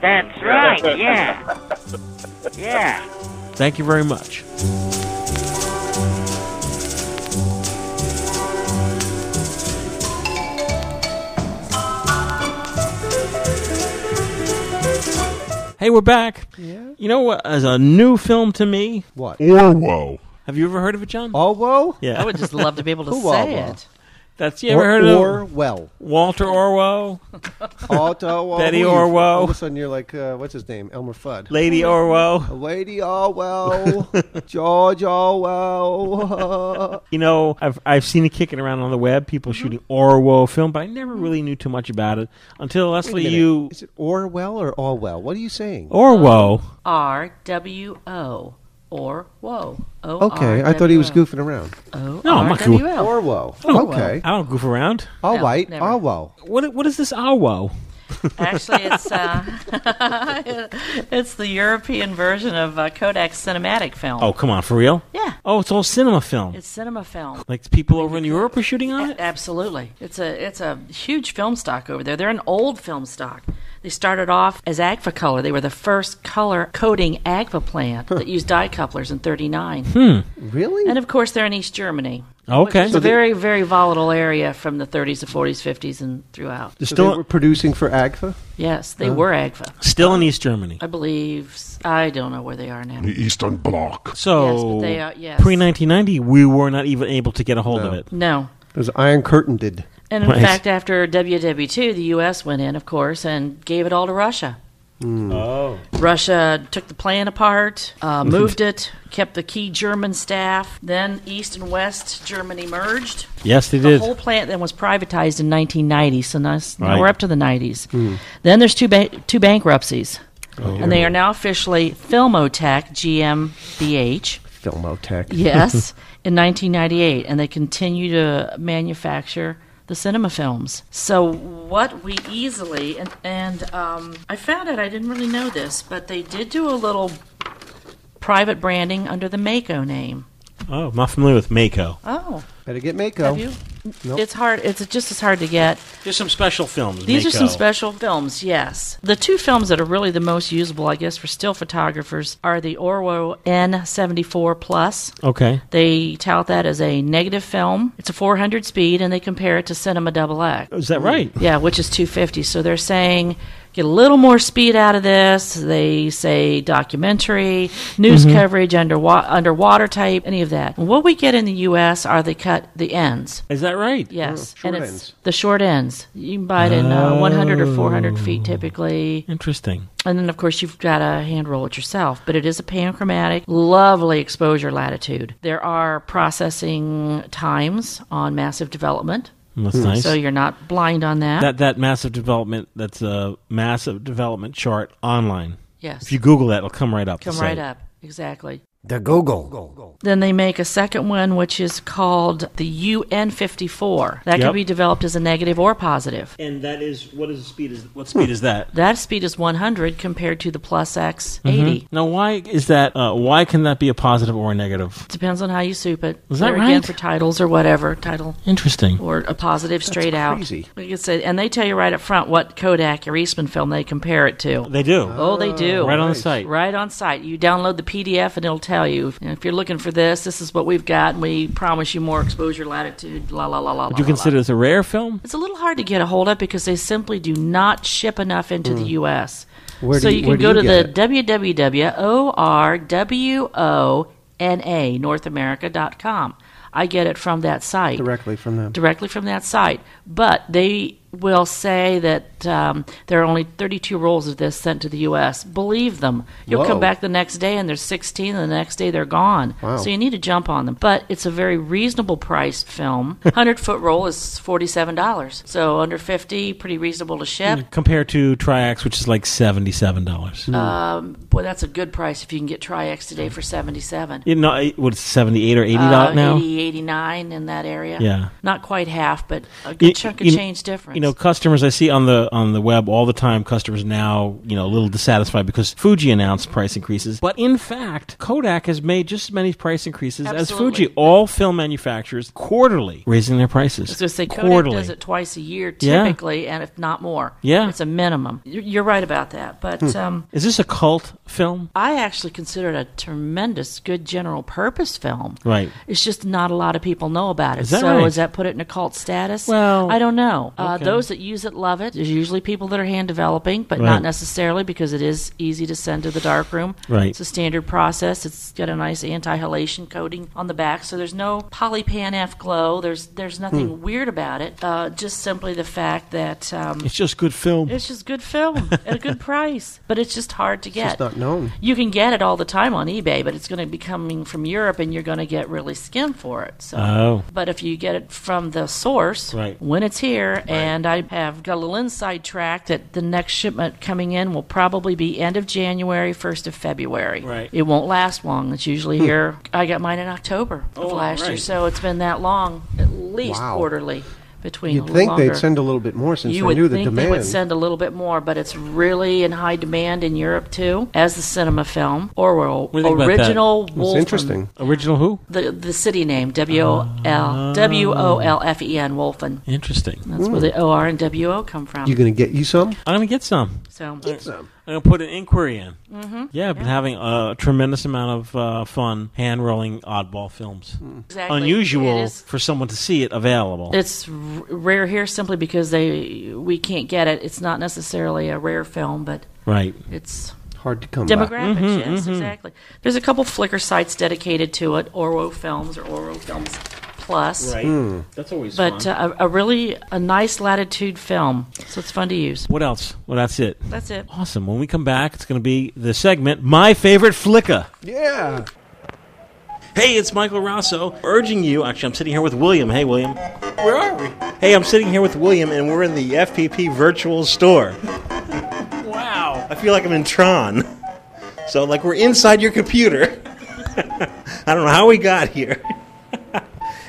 S13: That's right, yeah. Yeah.
S1: Thank you very much. Hey, we're back. Yeah. You know what? As a new film to me,
S5: what
S1: Orwo. Have you ever heard of it, John?
S5: Orwo.
S1: Yeah.
S3: I would just love to be able to
S5: Who
S3: say
S5: Orwell?
S3: it.
S1: That's you ever heard of
S5: Orwell.
S1: Walter Orwell.
S5: Otto
S1: Betty
S5: Orwell. All of a
S1: Orwell.
S5: sudden, you're like, uh, what's his name? Elmer Fudd.
S1: Lady Orwell.
S5: Lady Orwell. George Orwell.
S1: You know, I've I've seen it kicking around on the web. People
S5: Mm-hmm.
S1: shooting Orwell film, but I never really knew too much about it until Leslie.
S5: Wait a minute.
S1: You
S5: Is it Orwell or Orwell? What are you saying?
S1: Orwell.
S3: R W O or whoa. O
S5: Okay, I thought he was goofing around.
S3: O
S1: No, I'm not Oh, goofing.
S3: RWL.
S5: Orwell.
S1: Orwell.
S5: Okay.
S1: I don't goof around.
S5: All
S3: No,
S5: right.
S3: never.
S5: Orwell.
S1: What what is this Orwell?
S3: Actually, it's uh, it's the European version of uh, Kodak's cinematic film.
S1: Oh, come on, for real?
S3: Yeah.
S1: Oh, it's all cinema film.
S3: It's cinema film.
S1: like people over in Europe are shooting on it.
S3: Absolutely, it's a it's a huge film stock over there. They're an old film stock. They started off as Agfa color. They were the first color coding Agfa plant that used dye couplers in '39.
S1: Hmm.
S5: Really?
S3: And of course, they're in East Germany.
S1: Okay.
S3: It's
S1: So
S3: a
S1: they-
S3: very very volatile area from the 30s to 40s, 50s, and throughout.
S5: So they were Uh-huh. producing for AGFA?
S3: Yes, they were Agfa.
S1: Still in East Germany.
S3: I believe I don't know where they are now.
S1: The Eastern Bloc. So
S3: but they are- yes.
S1: pre 1990, we were not even able to get a hold of it.
S3: No.
S5: It was Iron Curtain did.
S3: And in
S1: Right.
S3: fact, after WW2, the U.S. went in, of course, and gave it all to Russia.
S1: Oh.
S3: Russia took the plan apart, uh, moved it, kept the key German staff. Then East and West Germany merged.
S1: Yes, they
S3: the
S1: did.
S3: whole plant then was privatized in 1990, so now, now
S1: Right.
S3: we're up to the 90s. Then there's two, ba- two bankruptcies,
S5: Oh.
S3: and they are now officially Filmotech GmbH.
S5: Filmotech.
S3: Yes, in 1998, and they continue to manufacture the cinema films. So what we easily and, and um, I found out I didn't really know this, but they did do a little private branding under the Mako name.
S1: Oh, I'm not familiar with Mako.
S3: Oh,
S5: Better get Mako.
S3: have you?
S5: Nope.
S3: It's hard. It's just as hard to get.
S1: There's some special films.
S3: These are
S1: Mako.
S3: some special films, yes. The two films that are really the most usable, I guess, for still photographers are the Orwo N74 Plus.
S1: Okay.
S3: They tout that as a negative film. It's a 400 speed, and they compare it to Cinema Double X.
S1: Is that right?
S3: Yeah, which is 250. So they're saying get a little more speed out of this. They say documentary, news
S1: Mm-hmm.
S16: Mhm.
S3: coverage, underwa- underwater type, any of that. What we get in the U.S. are they cut the ends.
S1: Is that right? Oh,
S3: Yes,
S1: Short
S3: and it's
S1: ends.
S3: the short ends. You can buy it in uh, 100 or 400 feet typically.
S1: Oh. Interesting.
S3: And then, of course, you've got to hand roll it yourself, but it is a panchromatic, lovely exposure latitude. There are processing times on massive development.
S1: That's Hmm. nice.
S3: So you're not blind on that.
S1: That that massive development. That's a massive development chart online.
S3: Yes.
S1: If you Google that, it'll come right up. the
S3: Come right
S1: site.
S3: up. Exactly.
S1: The Google.
S3: Then they make a second one, which is called the UN 54. That
S1: Yep.
S3: can be developed as a negative or positive.
S1: And that is what is the speed? Is what speed is that?
S3: That speed is 100 compared to the plus X 80.
S1: Mhm. Now, why is that? Uh, why can that be a positive or a negative?
S3: Depends on how you soup it.
S1: Is that
S3: They're Again,
S1: right?
S3: for titles or whatever title.
S1: Interesting.
S3: Or a positive straight out.
S1: crazy.
S3: Like I said, and they tell you right up front what Kodak or Eastman film they compare it to.
S1: They do.
S3: Oh, they do.
S1: Right on the site.
S3: Right on site. You download the PDF and it'll tell you. You know, if you're looking for this, this is what we've got, and we promise you more exposure latitude. La la la la.
S1: Would
S3: la,
S1: you
S3: la,
S1: consider this a rare film?
S3: it's a little hard to get a hold of because they simply do not ship enough into the
S1: Mm.
S3: U.S.
S1: Where
S3: so
S1: do
S3: you,
S1: you-
S3: can
S1: where do
S3: go
S1: you
S3: to
S1: get
S3: the www.orwona northamerica.com. I get it from that site
S5: directly from them.
S3: directly from that site. But they will say that um, there are only 32 rolls of this sent to the U.S. Believe them. You'll
S16: Whoa.
S3: come back the next day and there's 16, and the next day they're gone.
S16: Wow.
S3: So you need to jump on them. But it's a very reasonable priced film. 100 foot roll is $47. So under 50, pretty reasonable to ship.
S1: Compared to Triax, which is like seventy-seven dollars.
S3: Um, boy, that's a good price if you can get Tri-X today for 77
S1: you know, it- what is seventy-eight or eighty
S3: uh,
S1: dollars now?
S3: 80, 89 in that area.
S1: Yeah.
S3: Not quite half, but a good
S1: You-
S3: chunk of
S1: you-
S3: change difference.
S1: You know, customers I see on the on the web all the time. Customers now, you know, a little dissatisfied because Fuji announced price increases, but in fact, Kodak has made just as many price increases as Fuji. All film manufacturers quarterly raising their
S3: I
S1: prices.
S3: was going to say Kodak
S1: quarterly.
S3: does it twice a year
S1: Yeah.
S3: typically, and if not more.
S1: Yeah.
S3: it's a minimum. You're, you're right about that, but
S1: Hmm.
S3: um,
S1: is this a cult film?
S3: I actually consider it a tremendous good general purpose film.
S1: Right.
S3: It's just not a lot of people know about it.
S1: Is that
S3: so
S1: right?
S3: does that put it in a cult status?
S16: Well,
S3: I don't know. Uh,
S16: okay.
S3: those that use it love it. There's usually people that are hand developing, but
S16: Right.
S3: not necessarily because it is easy to send to the darkroom.
S16: Right.
S3: It's a standard process. It's got a nice anti-halation coating on the back, so there's no polypan F glow. There's there's nothing
S1: Hmm.
S3: weird about it. Uh, just simply the fact that um,
S1: It's just good film.
S3: It's just good film at a good price, but it's just hard to
S5: It's
S3: get.
S5: just not known.
S3: You can get it all the time on eBay, but it's going to be coming from Europe, and you're going to get really skimmed for it. So,
S1: Oh.
S3: but if you get it from the source
S1: Right.
S3: when it's here, and I have got a little inside track that the next shipment coming in will probably be end of January, first of February. Right. It won't last long. It's usually
S16: Hmm.
S3: here. I got mine in October
S1: Oh,
S3: of last year,
S16: right.
S3: so it's been that long, at least
S5: Wow.
S3: quarterly. Between
S5: You'd
S3: a
S5: think
S3: longer
S5: they'd send a little bit more since
S3: you
S5: they
S3: would
S5: knew the
S3: think
S5: demand.
S3: they would send a little bit more, but it's really in high demand in Europe too, as the cinema film Orwell
S1: What do you think about that?
S3: original.
S1: That's
S3: Wolfen.
S1: interesting. Original who?
S3: The the city name W O L W O L F E N Wolfen.
S1: Ah. Interesting.
S3: That's where the O R and W O come from.
S5: You going to get you some?
S1: I'm gonna get some.
S3: so
S1: I'm gonna put an inquiry in.
S3: Mhm.
S1: Yeah, I've been having a tremendous amount of uh, fun hand rolling oddball films.
S3: Exactly. It
S1: Unusual
S3: is-
S1: for someone to see it available.
S3: It's r- rare here simply because they we can't get it. It's not necessarily a rare film, but
S1: Right. Mm-hmm,
S3: it's
S5: Hard to come by.
S3: demographics.
S5: Mhm,
S3: yes,
S5: mhm.
S3: exactly. There's a couple Flickr sites dedicated to it. Oro Films or Oro Films Plus.
S1: Right.
S5: Hmm.
S1: Mm. That's always
S3: But
S1: fun.
S3: uh, a, a really a nice latitude film, so it's fun to use.
S1: What else? Well, that's it.
S3: That's it.
S1: Awesome. When we come back, it's going to be the segment My Favorite Flicka.
S5: Yeah.
S1: Hey, it's Michael Rosso urging you. Actually, I'm sitting here with William. Hey, William.
S17: Where are we?
S1: Hey, I'm sitting here with William, and we're in the FPP virtual store.
S17: Wow.
S1: I feel like I'm in Tron. So, like, we're inside your computer. I don't know how we got here.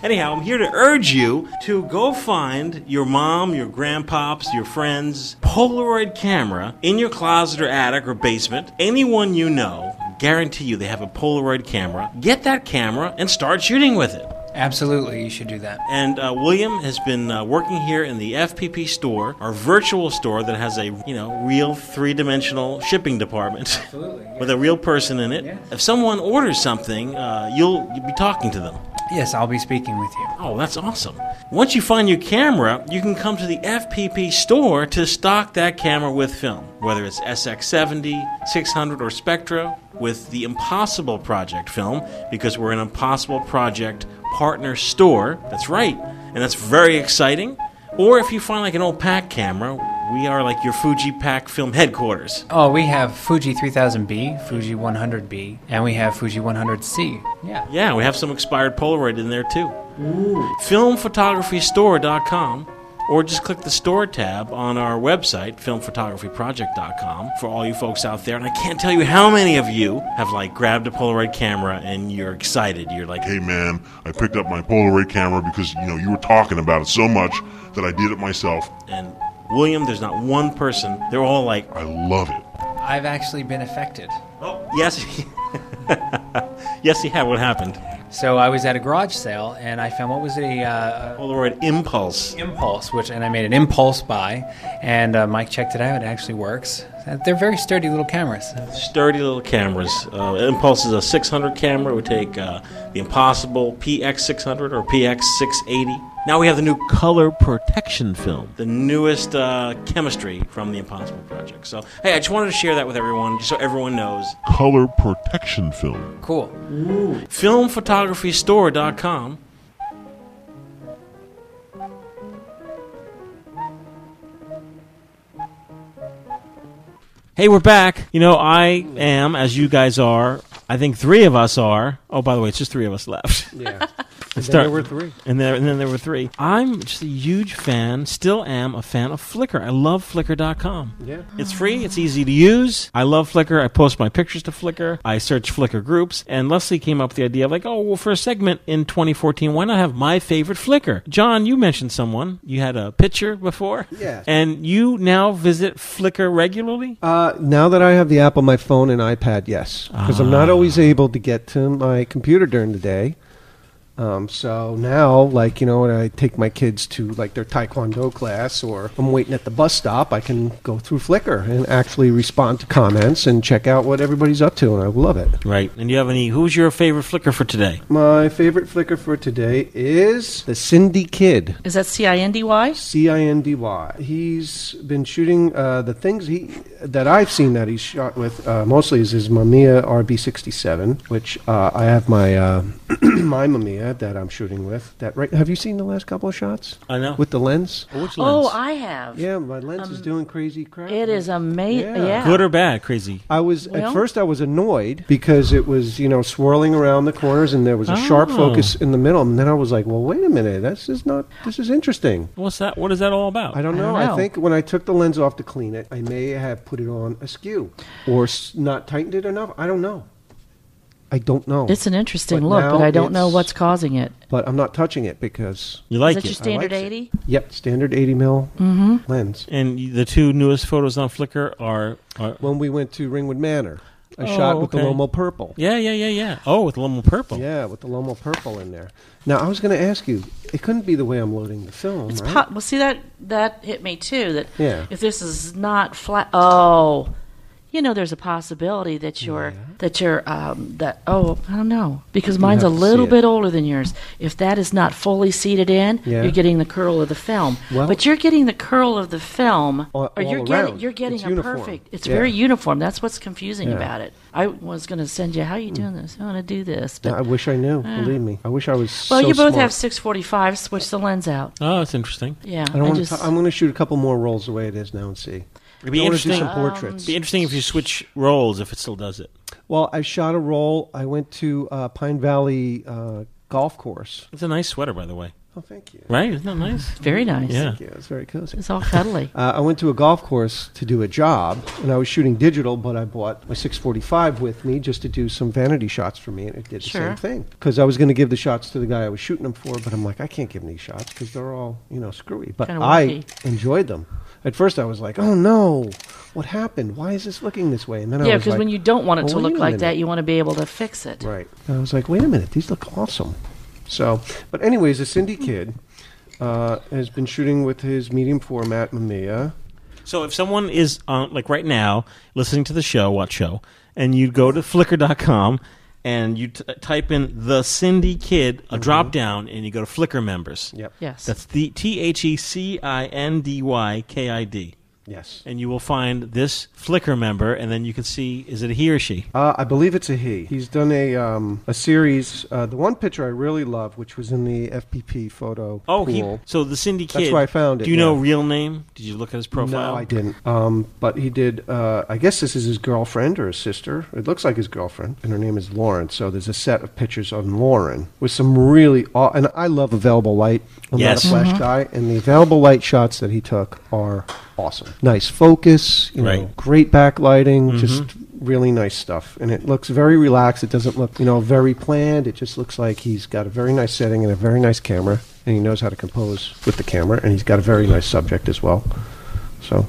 S1: Anyhow, I'm here to urge you to go find your mom, your grandpops, your friends, Polaroid camera in your closet or attic or basement. Anyone you know, guarantee you they have a Polaroid camera. Get that camera and start shooting with it.
S17: Absolutely, you should do that.
S1: And uh, William has been uh, working here in the FPP store, our virtual store that has a you know real three-dimensional shipping department with a real person in it. If someone orders something, uh, you'll, you'll be talking to them.
S17: Yes, I'll be speaking with you.
S1: Oh, that's awesome. Once you find your camera, you can come to the FPP store to stock that camera with film, whether it's SX70, 600, or Spectra, with the Impossible Project film, because we're an Impossible Project partner store. That's right, and that's very exciting. Or if you find like an old pack camera, we are like your Fuji Pack film headquarters.
S17: Oh, we have Fuji 3000B, Fuji 100B, and we have Fuji 100C. Yeah.
S1: Yeah, we have some expired Polaroid in there too. Filmphotographystore.com or just click the store tab on our website, filmphotographyproject.com, for all you folks out there. And I can't tell you how many of you have like grabbed a Polaroid camera and you're excited. You're like,
S16: hey man, I picked up my Polaroid camera because you know you were talking about it so much that I did it myself.
S1: And William, there's not one person. They're all like,
S16: I love it.
S17: I've actually been affected.
S1: Oh. Yes. yes, he had. What happened?
S17: So I was at a garage sale and I found what was it, a uh,
S1: Polaroid Impulse.
S17: Impulse, which and I made an impulse buy, and uh, Mike checked it out. It actually works. Uh, They're very sturdy little cameras.
S1: Sturdy little cameras. Uh, Impulse is a 600 camera. It would take uh, the Impossible PX600 or PX680. Now we have the new color protection film, the newest uh, chemistry from the Impossible Project. So, hey, I just wanted to share that with everyone, just so everyone knows.
S16: Color protection film.
S17: Cool.
S1: Filmphotographystore.com. Hey, we're back. You know, I am, as you guys are, I think three of us are. Oh, by the way, it's just three of us left.
S5: Yeah.
S1: Let's
S5: then there were three.
S1: And, there, and then there were three. I'm just a huge fan, still am a fan of Flickr. I love Flickr.com.
S5: Yeah.
S1: It's free, it's easy to use. I love Flickr. I post my pictures to Flickr. I search Flickr groups. And Leslie came up with the idea of like, oh, well, for a segment in 2014, why not have my favorite Flickr? John, you mentioned someone. You had a picture before.
S5: Yeah.
S1: And you now visit Flickr regularly?
S5: Uh, now that I have the app on my phone and iPad, yes, because I'm not always
S3: Ah.
S5: able to get to my computer during the day. Um, so now, like you know, when I take my kids to like their Taekwondo class, or I'm waiting at the bus stop, I can go through Flickr and actually respond to comments and check out what everybody's up to, and I love it.
S1: Right. And do you have any? Who's your favorite Flickr for today?
S5: My favorite Flickr for today is the Cindy Kid.
S3: Is that C I N D Y?
S5: C I N D Y. He's been shooting uh, the things he that I've seen that he's shot with uh, mostly is his Mamiya RB67, which uh, I have my uh, my Mamiya that I'm shooting with. That right? Have you seen the last couple of shots?
S1: I know.
S5: With the lens.
S1: Which
S3: Oh, I have. Um,
S5: Yeah, my lens is doing crazy crap.
S3: It is amazing.
S5: Yeah.
S3: Yeah.
S1: Good or bad? Crazy.
S5: I was
S3: Well-
S5: at first I was annoyed because it was you know swirling around the corners and there was a sharp
S1: Oh.
S5: focus in the middle and then I was like well wait a minute this is not this is interesting
S1: What's that? What is that all about?
S5: I don't know I, think when I took the lens off to clean it I may have put it on askew or s- not tightened it enough I don't know I don't know
S3: It's an interesting
S5: But
S3: look,
S5: now
S3: but I don't know
S5: it's-
S3: what's causing it.
S5: but I'm not touching it because
S1: You like
S3: is that
S1: it?
S3: your standard 80?
S5: yep standard 80 mil
S3: Mhm.
S5: lens
S1: And y- the two newest photos on Flickr are. are
S5: when we went to Ringwood Manor
S1: Oh,
S5: I shot with
S1: okay.
S5: the Lomo purple
S1: yeah, yeah, yeah, yeah. Oh, with Lomo Purple.
S5: yeah with the Lomo purple in there now I was going to ask you it couldn't be the way I'm loading the film
S3: It's
S5: right?
S3: po- well, see that that hit me too. That
S5: Yeah.
S3: if this is not flat, oh, you know, there's a possibility that your that your um, that oh, I don't know, because
S5: You
S3: mine's a
S5: have to see
S3: little
S5: it.
S3: bit older than yours. If that is not fully seated in,
S5: Yeah.
S3: you're getting the curl of the film.
S5: Well-
S3: but you're getting the curl of the film,
S5: All-
S3: or you're
S5: all
S3: getting
S5: around.
S3: you're getting
S5: It's
S3: a
S5: uniform.
S3: perfect. It's
S5: Yeah.
S3: very uniform. That's what's confusing
S5: Yeah.
S3: about it. I was going to send you. How are you doing this? I want to do this. But
S5: I wish I knew.
S3: Yeah.
S5: Believe me, I wish I was.
S3: well,
S5: so
S3: you both
S5: smart.
S3: have 645. Switch the lens out.
S1: Oh, that's interesting.
S3: Yeah,
S5: I don't want
S3: just-
S5: to. I'm going to shoot a couple more rolls the way it is now and see.
S1: It'd be
S5: I wanna
S1: interesting.
S5: do some portraits.
S3: Um,
S1: be interesting if you switch roles, if it still does it.
S5: well, I shot a roll. I went to uh, Pine Valley uh, Golf Course.
S1: It's a nice sweater, by the way.
S5: Oh, thank you.
S1: Right? Isn't that nice?
S3: Very nice.
S1: Yeah.
S5: Thank you. It's very cozy.
S3: It's all cuddly.
S5: Uh, I went to a golf course to do a job, and I was shooting digital, but I bought my 645 with me just to do some vanity shots for me, and it did the
S3: Sure.
S5: same thing. Because I was going to give the shots to the guy I was shooting them for, but I'm like, I can't give him these shots because they're all, you know, screwy. But
S3: Kinda
S5: I
S3: wonky.
S5: enjoyed them. At first, I was like, oh no, what happened? Why is this looking this way? And then I
S3: yeah,
S5: was
S3: because
S5: like,
S3: when you don't want it
S5: "Well,
S3: to
S5: wait
S3: look
S5: a
S3: like
S5: minute."
S3: that, you want to be able to fix it.
S5: Right. And I was like, wait a minute, these look awesome. So, but anyways, a Cindy kid uh, has been shooting with his medium format Mamiya.
S1: So if someone is uh, like right now listening to the show, what show, and you go to Flickr.com and you t- type in the Cindy Kid, a drop down, and you go to Flickr members.
S5: Mm-hmm. Yep.
S3: Yes.
S1: That's the T H E C I N D Y K I D.
S5: Yes.
S1: And you will find this Flickr member, and then you can see is it a he or she?
S5: Uh, I believe it's a he. He's done a um, a series. Uh, the one picture I really love, which was in the FPP photo.
S1: Oh,
S5: pool.
S1: he. So the Cindy
S5: That's
S1: Kid.
S5: where I found it,
S1: Do you know
S5: yeah.
S1: real name? Did you look at his profile?
S5: No, I didn't. Um, but he did. Uh, I guess this is his girlfriend or his sister. It looks like his girlfriend, and her name is Lauren. So there's a set of pictures of Lauren with some really. Aw- and I love available light. I'm
S1: Yes.
S5: not a flash
S1: Mhm.
S5: guy, and the available light shots that he took are awesome. Nice focus. You know,
S1: Right.
S5: great backlighting. Just
S1: Mhm.
S5: really nice stuff, and it looks very relaxed. It doesn't look, you know, very planned. It just looks like he's got a very nice setting and a very nice camera, and he knows how to compose with the camera, and he's got a very nice subject as well. So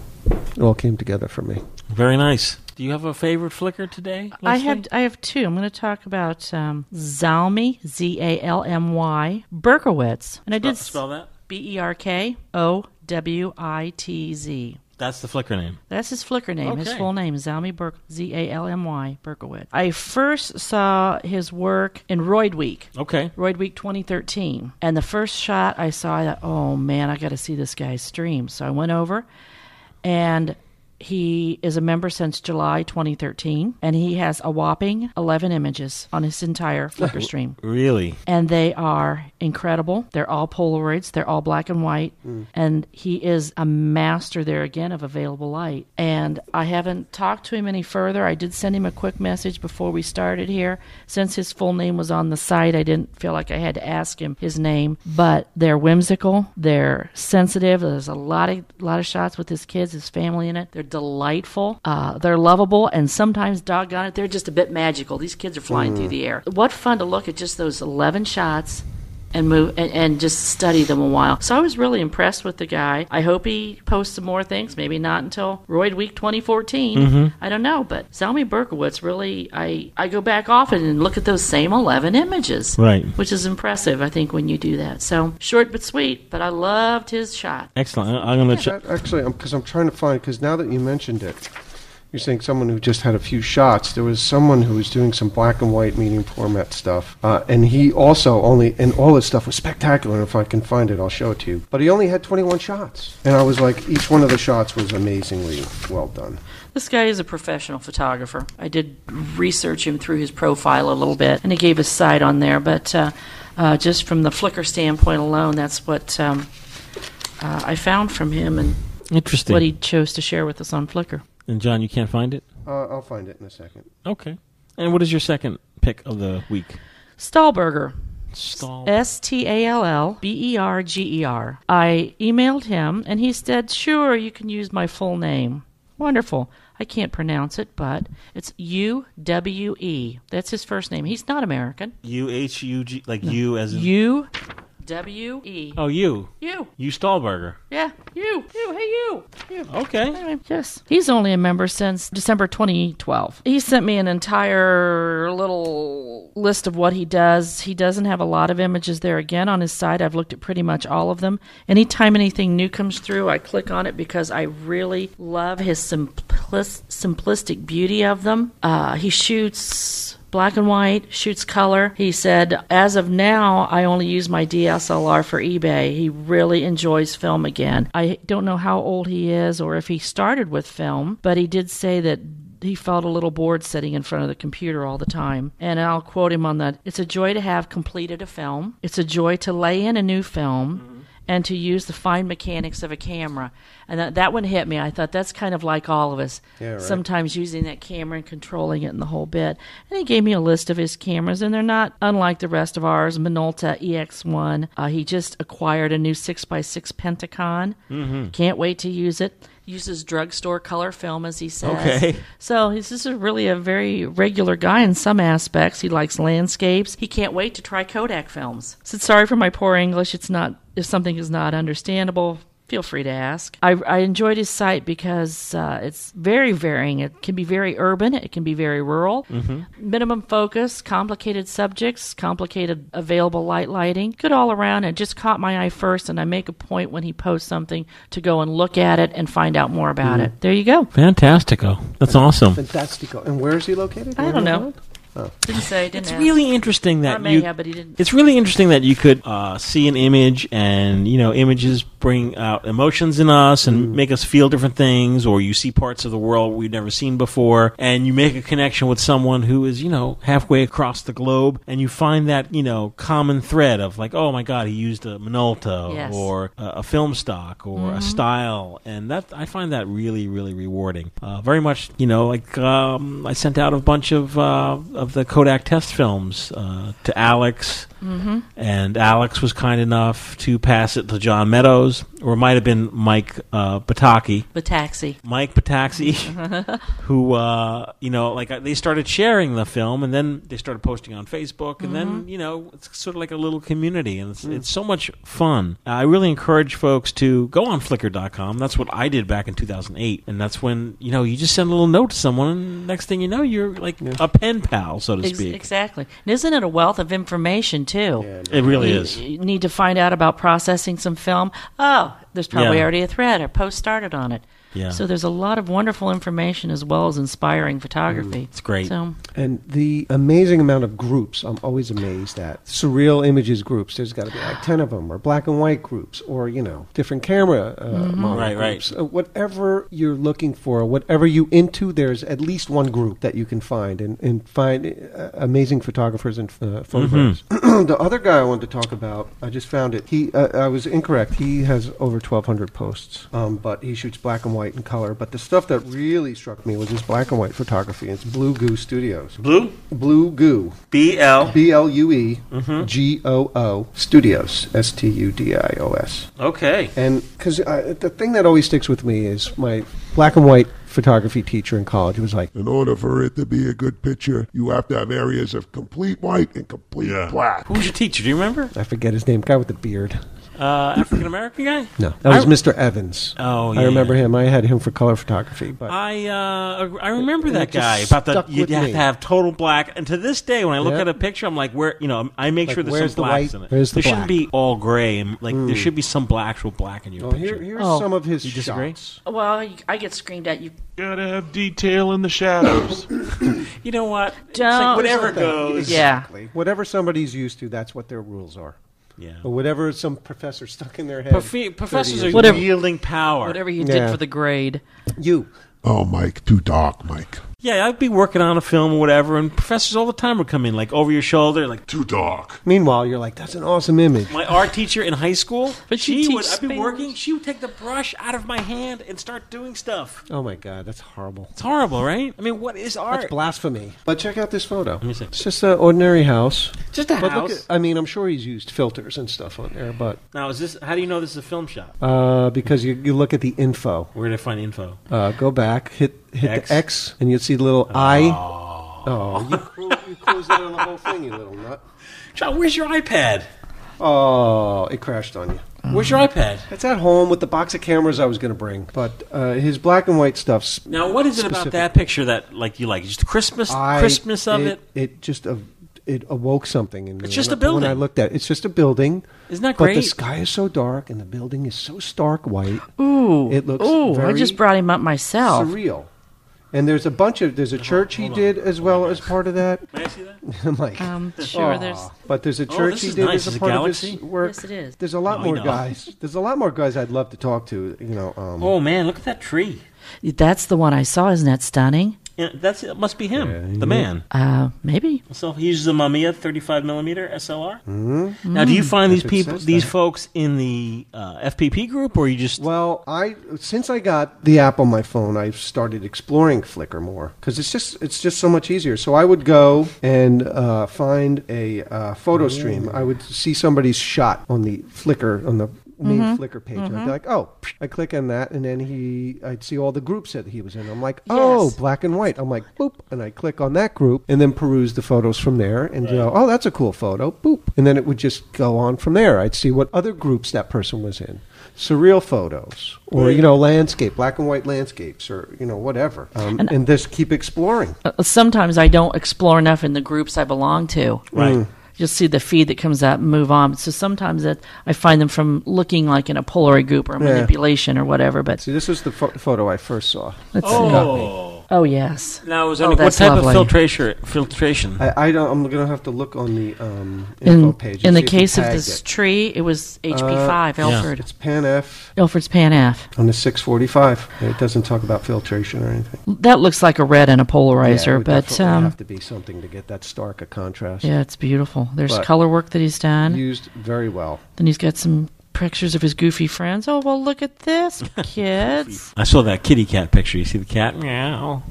S5: it all came together for me.
S1: Very nice. Do you have a favorite Flickr today?
S3: I
S1: Leslie?
S3: have I have two. I'm going to talk about um, Zalmy Z A L M Y Berkowitz, and I did
S1: Spell- spell that?
S3: B E R K O W I T Z.
S1: That's the Flickr name.
S3: That's his Flickr name. His
S1: Okay.
S3: full name, Zalmy Berk, Z A L M Y Berkowitz. I first saw his work in Roid Week.
S1: Okay.
S3: Roid Week 2013. And the first shot I saw, I thought, oh man, I got to see this guy's stream. So I went over, and he is a member since July 2013, and he has a whopping 11 images on his entire Flickr stream
S1: Really?
S3: and they are incredible. They're all Polaroids, they're all black and white,
S1: Mm.
S3: and he is a master there again of available light. And I haven't talked to him any further. I did send him a quick message before we started here. Since his full name was on the site, I didn't feel like I had to ask him his name, but they're whimsical, they're sensitive. There's a lot of lot of shots with his kids, his family in it. They're delightful. Uh, they're lovable, and sometimes, doggone it, they're just a bit magical. These kids are flying
S18: Mm.
S3: through the air. What fun to look at just those 11 shots and move and, and just study them a while. So I was really impressed with the guy. I hope he posts some more things. Maybe not until Royd Week 2014.
S18: Mhm.
S3: I don't know, but Salmi Berkowitz really. I I go back often and look at those same 11 images.
S1: Right.
S3: Which is impressive, I think, when you do that. So short but sweet, but I loved his shot.
S1: Excellent. I- I'm going to check.
S5: That- Actually, because I'm, trying to find, because now that you mentioned it, you're saying someone who just had a few shots. There was someone who was doing some black and white medium format stuff, uh, and he also only, and all his stuff was spectacular. If I can find it, I'll show it to you. But he only had 21 shots, and I was like, each one of the shots was amazingly well done.
S3: This guy is a professional photographer. I did research him through his profile a little bit, and he gave his side on there. But uh, uh, just from the Flickr standpoint alone, that's what um, uh, I found from him and
S1: Interesting.
S3: what he chose to share with us on Flickr.
S1: And John, you can't find it?
S5: Uh, I'll find it in a second.
S1: Okay. And what is your second pick of the week?
S3: Stahlberger.
S1: Stahl.
S3: S T A L L B E R G E R. I emailed him and he said, Sure, you can use my full name. Wonderful. I can't pronounce it, but it's U W E. That's his first name. He's not American.
S1: U H U G, like you as in.
S3: You. W E.
S1: Oh, you.
S3: You.
S1: You Stahlberger.
S3: Yeah, you, you, hey, you, you.
S1: Okay.
S3: Anyway, yes. He's only a member since December 2012. He sent me an entire little list of what he does. He doesn't have a lot of images there again on his site. I've looked at pretty much all of them. Anytime anything new comes through, I click on it because I really love his simplis- simplistic beauty of them. Uh, he shoots black and white, shoots color. He said, as of now, I only use my DSLR for eBay. He really enjoys film again. I don't know how old he is or if he started with film, but he did say that. He felt a little bored sitting in front of the computer all the time. And I'll quote him on that It's a joy to have completed a film. It's a joy to lay in a new film
S18: Mm-hmm.
S3: and to use the fine mechanics of a camera. And that, that one hit me. I thought that's kind of like all of us.
S18: Yeah, right.
S3: Sometimes using that camera and controlling it and the whole bit. And he gave me a list of his cameras, and they're not unlike the rest of ours Minolta EX1. Uh, he just acquired a new 6x6 Pentacon.
S18: Mhm.
S3: Can't wait to use it. Uses drugstore color film, as he says.
S18: Okay.
S3: So he's just a really a very regular guy in some aspects. He likes landscapes. He can't wait to try Kodak films. Said sorry for my poor English. It's not if something is not understandable. Feel free to ask. I, I enjoyed his site because uh, it's very varying. It can be very urban. It can be very rural.
S18: Mhm.
S3: Minimum focus, complicated subjects, complicated available light lighting. Good all around. It just caught my eye first, and I make a point when he posts something to go and look at it and find out more about
S1: Mhm.
S3: it. There you go.
S1: Fantastico. That's awesome.
S5: Fantastico. And where is he located? Oh.
S3: I don't know. Didn't say. Didn't
S1: it's
S3: ask.
S1: really interesting
S3: Or
S1: that
S3: may
S1: you.
S3: have, but he didn't.
S1: It's really interesting that you could uh, see an image, and you know, images bring out emotions in us and make us feel different things, or you see parts of the world we've never seen before, and you make a connection with someone who is, you know, halfway across the globe, and you find that you know common thread of like, oh my God, he used a Minolta
S18: Yes.
S1: or a, a film stock or a
S18: Mhm.
S1: style, and that I find that really, really rewarding. Uh, very much, you know, like um, I sent out a bunch of uh, of the Kodak test films uh, to Alex,
S18: Mhm.
S1: and Alex was kind enough to pass it to John Meadows, or it might have been Mike uh, Bataki.
S3: The taxi.
S1: Mike Pataxi, who uh, you know, like uh, they started sharing the film, and then they started posting on Facebook,
S3: Mm-hmm.
S1: and then you know, it's sort of like a little community, and
S5: Hmm.
S1: it's, it's so much fun. I really encourage folks to go on Flickr.com. That's what I did back in 2008, and that's when you know you just send a little note to someone, and next thing you know, you're like a pen pal, so to
S3: Ex-
S1: speak.
S3: exactly. And isn't it a wealth of information too?
S1: It really
S3: You-
S1: is.
S3: You need to find out about processing some film. Oh, there's probably
S1: Yeah.
S3: already a thread or post started on it.
S1: Yeah.
S3: So there's a lot of wonderful information as well as inspiring photography.
S1: Mm, it's great.
S3: So
S5: And the amazing amount of groups, I'm always amazed at. Surreal images groups, there's got to be like 10 of them, or black and white groups, or, you know, different camera uh,
S1: Mhm.
S5: model
S1: Right, right.
S5: groups. Uh, whatever you're looking for, whatever you into, there's at least one group that you can find and, and find uh, amazing photographers and uh, photographers.
S1: Mm-hmm.
S5: the other guy I wanted to talk about, I just found it. He, uh, I was incorrect. He has over 1,200 posts, um, but he shoots black and white and color. But the stuff that really struck me was his black and white photography. It's Blue Goo Studios.
S1: Blue?
S5: Blue Goo.
S1: B L Mm-hmm.
S5: B L U E G O O Studios. S T U D I O S.
S1: Okay.
S5: And because uh, the thing that always sticks with me is my black and white photography teacher in college was like,
S19: In order for it to be a good picture, you have to have areas of complete white and complete black.
S1: Who was your teacher? Do you remember?
S5: I forget his name, guy with the beard.
S1: Uh, African American guy?
S5: No, that was
S1: I-
S5: Mr. Evans.
S1: Oh, yeah.
S5: I remember him. I had him for color photography, but
S1: I uh, I remember
S5: And
S1: that
S5: it just
S1: guy about the
S5: stuck
S1: you
S5: with
S1: have
S5: me.
S1: to have total black. And to this day, when I look
S5: Yeah.
S1: at a picture, I'm like, where you know, I make
S5: Like,
S1: sure there's
S5: where's
S1: some
S5: the
S1: blacks
S5: white?
S1: in it.
S5: Where's the
S1: there shouldn't be all gray. and, Like there
S5: Mm.
S1: should be some black, actual black in your
S5: Well,
S1: picture.
S5: here- here's Oh. some of his
S1: you disagree?
S3: well, I get screamed at you.
S20: Gotta have detail in the shadows.
S1: You know what?
S3: Don't
S1: whatever goes.
S5: Exactly. Whatever somebody's used to, that's what their rules are.
S1: Yeah.
S5: Or whatever some professor stuck in their head.
S1: Profe-
S5: 30
S1: professors
S5: years
S1: are
S5: ago.
S1: wielding power.
S3: Whatever you
S5: Yeah.
S3: did for the grade.
S5: You.
S19: Oh, Mike, too dark, Mike.
S1: Yeah, I'd be working on a film or whatever, and professors all the time would come in, like over your shoulder, like too dark.
S5: Meanwhile, you're like, that's an awesome image.
S1: My art teacher in high school,
S18: But she
S1: she would.
S18: teach
S1: I'd be
S18: Spanish.
S1: working. She would take the brush out of my hand and start doing stuff.
S5: Oh my God, that's horrible.
S1: It's horrible, right? I mean, what is art?
S5: That's blasphemy. But check out this photo. It's just an ordinary house.
S1: Just a
S5: but
S1: house.
S5: Look at, I mean, I'm sure he's used filters and stuff on there, but
S1: Now, is this? How do you know this is a film shop?
S5: uh, because you, you look at the info.
S1: Where did I find info?
S5: Uh, go back, hit hit
S1: X. Oh.
S5: the X, and you'll see the little I. Oh, you you closed out on the whole thing, you little nut.
S1: John, where's your iPad?
S5: Oh, it crashed on you.
S1: Where's your iPad?
S5: It's at home with the box of cameras I was going to bring, but uh, his black and white stuff's
S1: Now, what is it about
S5: specific.
S1: that picture that like you like? Just the Christmas,
S5: I-
S1: Christmas of it.
S5: It, just a, it awoke something in me.
S1: It's just a
S5: when I- When I
S1: building.
S5: looked at it, it's just a building.
S1: Isn't that
S5: But the
S1: great?
S5: sky is so dark and the building is so stark white.
S3: Ooh,
S5: it looks.
S3: Ooh, I
S5: very
S3: just brought him up myself.
S5: surreal. And there's a bunch of there's a church he did as well as part of that.
S1: May I see that?
S5: I'm like,
S3: Um, sure,
S5: aw.
S3: there's-
S5: But there's a
S3: Oh,
S5: church
S3: this
S5: he
S3: is
S5: did
S3: nice.
S5: as
S3: Is
S5: a
S3: it
S5: part
S3: Galaxy?
S5: of his work.
S3: Yes, it is.
S5: There's a lot
S3: No,
S1: Oh,
S3: I
S5: more
S3: know.
S5: guys. There's a lot more guys I'd love to talk to. You know. Um,
S1: Oh man, look at that tree.
S3: That's the one I saw. Isn't that stunning?
S1: Yeah, that's it. Must be him, the man.
S3: Uh, maybe.
S1: So he uses a Mamiya 35 millimeter SLR. Now, do you find
S5: Mm-hmm. If
S1: these
S5: it
S1: people,
S5: says
S1: these
S5: Hmm. that.
S1: folks, in the uh, FPP group, or you just
S5: well, I since I got the app on my phone, I've started exploring Flickr more because it's just it's just so much easier. So I would go and uh, find a uh,
S1: Oh.
S5: photo stream. I would see somebody's shot on the Flickr on the
S3: Mm-hmm.
S5: main
S1: Mm-hmm.
S12: Mhm.
S5: Flickr page. I'd
S12: Mhm.
S5: be like, oh, I click on that, and then he, I'd see all the groups that he was in. I'm like, oh, black and white. I'm like, boop, and I click on that group, and then peruse the photos from there, and go, oh, that's a cool photo, boop, and then it would just go on from there. I'd see what other groups that person was in, surreal photos, or you know, landscape, black and white landscapes, or you know, whatever, um, and, just keep exploring.
S3: Uh, sometimes I don't explore enough in the groups I belong to.
S5: Right. Mm.
S3: Just see the feed that comes up and move on. So sometimes that I find them from looking like in a Polaroid group or a
S5: Yeah.
S3: manipulation or whatever. But
S5: see, this is the pho- photo I first saw.
S3: Let's
S5: That got me.
S1: oh, beautiful.
S3: Oh yes.
S1: Now, it was
S3: Oh,
S1: under, what
S3: that's
S1: type
S3: lovely.
S1: of filtration? Filtration.
S5: I, I don't, I'm going to have to look on the um, info
S3: In,
S5: page. and
S3: in the
S5: see if we
S3: case of
S5: tagged
S3: this
S5: it.
S3: tree, it was HP5
S5: Uh,
S3: Elford.
S5: It's Pan F.
S3: Ilford's Pan F.
S5: On the 645. It doesn't talk about filtration or anything.
S3: That looks like a red and a
S5: Yeah, it
S3: polarizer,
S5: would
S3: but
S5: definitely
S3: um,
S5: have to be something to get that stark a contrast.
S3: yeah, it's beautiful. There's
S5: But
S3: color work that he's done.
S5: Used very well.
S3: Then he's got some pictures of his goofy friends. Oh well, look at this, kids.
S1: I saw that kitty cat picture. You see the cat? Meow.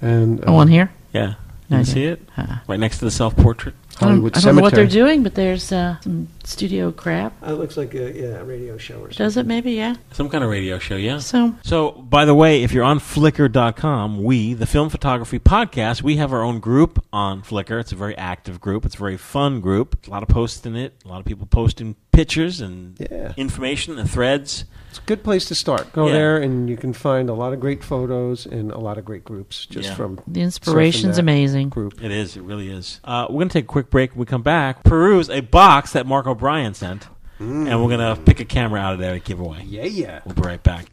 S5: And uh,
S3: Oh, on here?
S1: Yeah.
S3: No,
S1: You
S3: I
S1: see it? Right next to the self portrait.
S3: I don't, I don't know what they're doing, but there's uh, some studio crap.
S5: Oh, It looks like a yeah, radio show or
S3: Does it? Maybe yeah.
S1: Some kind of radio show, yeah.
S3: So-
S1: so by the way, if you're on Flickr.com, we, the Film Photography Podcast, we have our own group on Flickr. It's a very active group. It's a very fun group. A lot of posts in it. A lot of people posting pictures and information and threads.
S5: It's a good place to start. Go
S1: Yeah.
S5: there and you can find a lot of great photos and a lot of great groups just
S1: Yeah.
S5: from
S3: The inspiration's
S5: surfing that
S3: amazing.
S5: Group.
S1: It is. It really is. Uh, we're going to take a quick break. When we come back, peruse a box that Mark O'Brien sent, and we're going to pick a camera out of there to give away.
S5: Mm. Yeah, yeah.
S1: We'll be right back.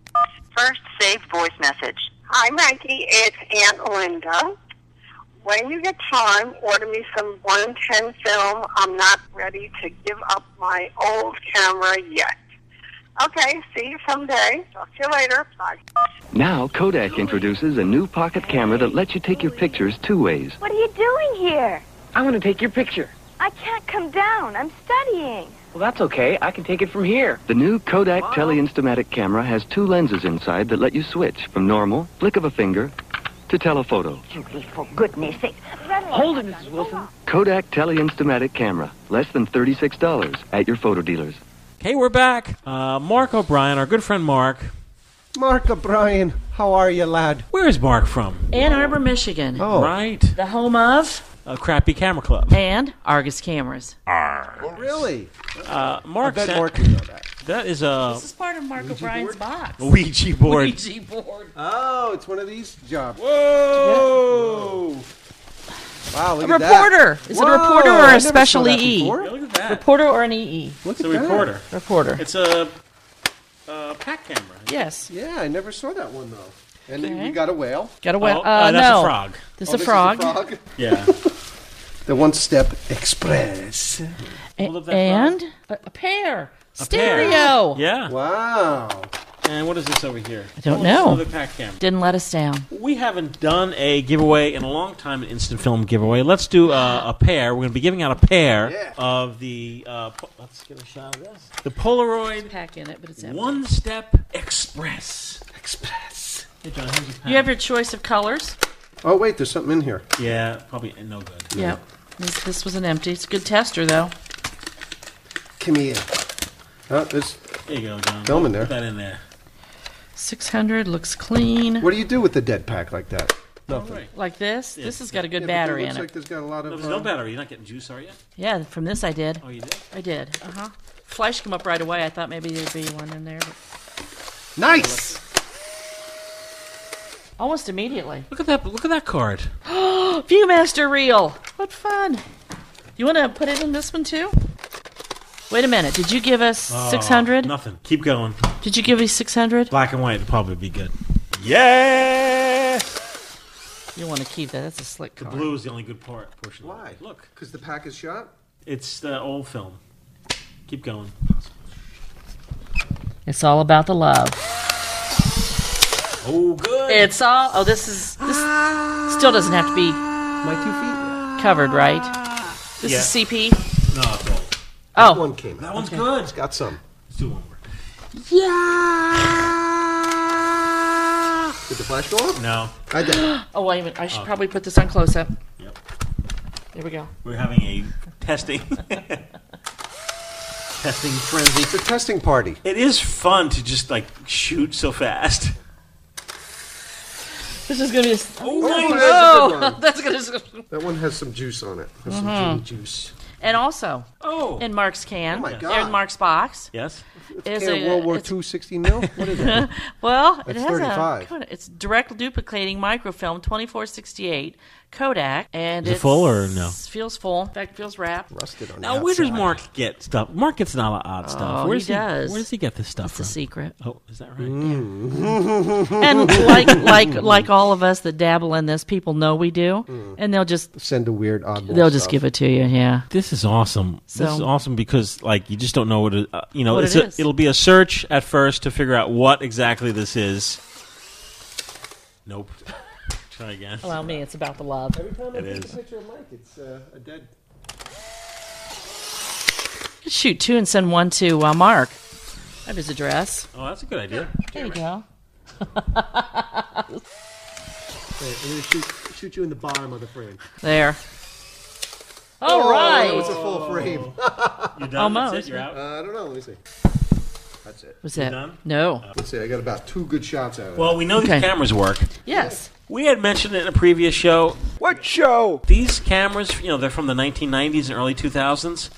S18: First, save voice message. Hi, Mikey. It's Aunt Linda. When you get time, order me some 110 film. I'm not ready to give up my old camera yet. Okay, see you someday. Talk to you later. Bye.
S21: Now, Kodak introduces a new pocket camera that lets you take your pictures two ways.
S22: What are you doing here?
S21: I want to take your picture.
S22: I can't come down. I'm studying.
S21: Well, that's okay. I can take it from here. The new Kodak Teleinstomatic camera has two lenses inside that let you switch from normal, flick of a finger, to telephoto.
S22: Julie, for goodness sake. Hold it, Mrs. Wilson.
S21: Kodak Teleinstomatic camera, less than $36 at your photo dealers.
S1: Hey, we're back. Uh, Mark O'Brien, our good friend Mark.
S5: Mark O'Brien, how are you, lad?
S1: Where is Mark from?
S3: Ann Arbor, Michigan.
S1: Oh. Right.
S3: The home of
S1: A crappy camera club.
S3: and Argus Cameras.
S1: Arr.
S5: Oh, Really?
S1: Uh, Mark
S5: I bet
S1: sent-
S5: Mark would know that.
S1: That is a
S3: This is part of Mark O'Brien's box.
S1: Ouija board.
S3: Ouija board.
S5: Oh, it's one of these jobs.
S1: Whoa!
S5: Wow, look
S3: a
S5: at that.
S3: reporter. Is it
S5: Whoa,
S3: a reporter
S5: I
S3: or
S5: never
S3: a
S5: saw
S3: special E
S5: that
S3: EE?
S5: before.
S3: Reporter or an EE?
S1: It's
S5: Look at
S1: a
S5: that.
S1: recorder.
S3: Reporter.
S1: It's a uh, pack camera.
S3: Yes.
S5: Yeah, I never saw that one though. And you got a whale.
S3: Got a whale.
S1: Oh,
S3: uh,
S1: uh, that's a
S3: no.
S1: frog.
S3: This
S5: Oh,
S3: is a frog.
S5: frog.
S1: Yeah.
S5: the one step express.
S3: A- and a, a pair.
S1: A
S3: Stereo.
S1: pair. Yeah.
S5: Wow.
S1: And what is this over here?
S3: I don't
S1: Oh,
S3: know.
S1: Another pack camera.
S3: Didn't let us down.
S1: We haven't done a giveaway in a long time, an instant film giveaway. Let's do uh, a pair. We're going to be giving out a pair of the. Uh, po- let's get a shot of this. The Polaroid
S3: pack in it, but it's empty.
S1: One Step Express. Express. Hey, John, here's your pack.
S3: You have your choice of colors.
S5: Oh wait, there's something in here.
S1: Yeah, probably no good.
S3: Yep. This, this was an empty. It's a good tester, though.
S5: Come here. Oh, there's
S1: There you go, John.
S5: film in there.
S1: Put that in there.
S3: 600 looks clean.
S5: What do you do with a dead pack like that? Nothing.
S3: Like this. This has got a good
S5: Yeah, but that
S3: battery
S5: looks
S3: in it.
S5: like there's got a lot of.
S1: No, there's no
S5: um,
S1: battery. You're not getting juice, are you?
S3: Yeah, from this I did.
S1: Oh, you did?
S3: I did. Uh huh. Flash came up right away. I thought maybe there'd be one in there. But
S5: Nice.
S3: almost immediately.
S1: Look at that. Look at that card.
S3: Viewmaster reel. What fun. You want to put it in this one too? Wait a minute. Did you give us
S1: Oh,
S3: 600?
S1: Nothing. Keep going.
S3: Did you give us 600?
S1: Black and white would probably be good. Yeah.
S3: You want to keep that. That's a slick
S1: The
S3: card.
S1: blue is the only good part portion. Why? Look,
S5: because the pack is shot.
S1: It's the old film. Keep going.
S3: It's all about the love.
S1: Oh, good.
S3: It's all. Oh, this is. This still doesn't have to be. My
S5: two
S3: feet. Covered, right? This
S1: Yeah.
S3: is CP.
S1: No, it's old.
S3: Oh.
S5: That one came. That
S1: one's good. It's
S5: got some.
S1: Let's do one more.
S5: Did the flash go off?
S1: No.
S5: I did.
S3: Oh, wait a minute. I should
S1: Okay.
S3: probably put this on close up. There we go.
S1: We're having a testing. testing frenzy. It's
S5: a testing party.
S1: It is fun to just like shoot so fast.
S3: This is gonna be. A, oh,
S5: my
S3: no.
S5: God.
S3: that's gonna.
S5: That one has some juice on it. Has some
S3: Mhm.
S5: Jimmy juice.
S1: Mm-hmm.
S3: And also,
S1: oh,
S3: in Mark's can,
S5: Oh, my
S3: or
S5: God.
S3: in Mark's box,
S1: Yes.
S3: is
S5: Can
S3: a,
S5: of World War II 60 mil? What is it?
S3: well, it
S5: That's
S3: has
S5: 35.
S3: a. It's direct duplicating microfilm 2468 Kodak, and
S1: Is it
S3: it's-
S1: full or no?
S3: Feels full. In fact, feels wrapped.
S5: Rusted on
S1: Now, where does Mark get stuff? Mark gets not a lot of odd stuff.
S3: Oh,
S1: Where
S3: he
S1: does
S3: does.
S1: Where does he get this stuff from?
S3: It's a secret.
S1: Oh, is that right?
S5: Mm.
S3: and like like like all of us that dabble in this, people know we do,
S5: Mm.
S3: and they'll just
S5: send a weird oddball.
S3: They'll just
S1: stuff.
S3: give it to you. Yeah.
S1: This is awesome.
S3: So-
S1: this is awesome because like you just don't know what it, uh, you know.
S3: What
S1: it's
S3: it
S1: a,
S3: is.
S1: It'll be a search at first to figure out what exactly this is. Nope. Try again.
S3: Allow me. It's about the love.
S5: Every time
S1: I It take a is.
S5: picture of Mike, it's uh, a dead.
S3: Shoot two and send one to uh, Mark. I have his address.
S1: Oh, that's a good idea.
S3: There you go.
S5: shoot, shoot you in the bottom of the frame.
S3: There.
S5: Oh,
S3: All right.
S5: It was a full frame.
S1: You're
S3: done? That's it? Almost. You're
S1: out?
S5: Uh, I don't know. Let me see. That's it.
S3: Was You that- done? No.
S5: Let's see. I got about two good shots out of it.
S1: Well, we know
S5: Okay.
S1: these cameras work.
S3: Yes.
S1: We had mentioned it in a previous show. What show? These cameras, you know, they're from the 1990s and early 2000s.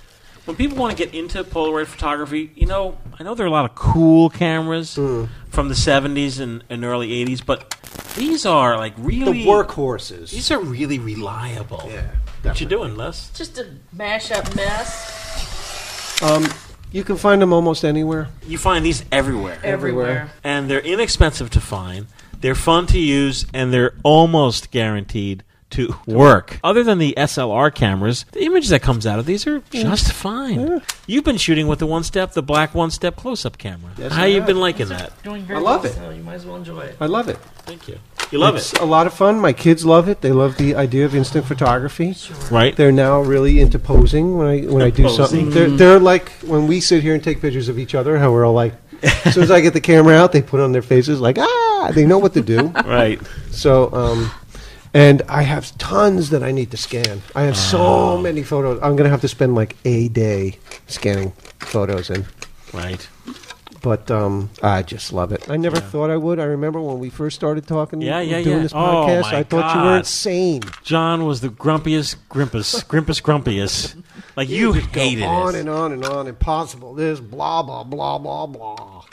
S1: When people want to get into Polaroid photography, you know, I know there are a lot of cool cameras from the 70s and, and early 80s, but these are like really
S5: workhorses.
S1: These are really reliable. Yeah. What you doing, Les?
S3: Just a mash up mess.
S5: Um, you can find them almost anywhere.
S1: You find these everywhere.
S5: Everywhere.
S1: And they're inexpensive to find. They're fun to use and they're almost guaranteed to work. Other than the SLR cameras, the image that comes out of these are just fine. You've been shooting with the one step, the black one step close up camera.
S5: Yes,
S1: How
S5: I
S1: you
S5: have.
S1: been liking that?
S3: Doing
S5: very I love well, it.
S3: So you might as well enjoy it.
S5: I love it.
S1: Thank you. You love
S5: it's
S1: it.
S5: a lot of fun. My kids love it. They love the idea of instant photography.
S1: Right.
S5: They're now really into posing when I when I do something.
S1: Posing.
S5: They're they're like when we sit here and take pictures of each other. How we're all like, as soon as I get the camera out, they put on their faces like ah. They know what to do.
S1: Right.
S5: So um, and I have tons that I need to scan. I have
S1: Ah.
S5: so many photos. I'm gonna have to spend like a day scanning photos in.
S1: Right.
S5: But um, I just love it. I never thought I would. I remember when we first started talking,
S1: Yeah, yeah,
S5: doing
S1: yeah.
S5: this
S1: Oh,
S5: podcast.
S1: my
S5: I thought you were
S1: God.
S5: insane.
S1: John was the grumpiest, grimpus, grimpus, grumpiest. Like you,
S5: could go
S1: hated it.
S5: on and on and on. Impossible. This blah blah blah blah blah,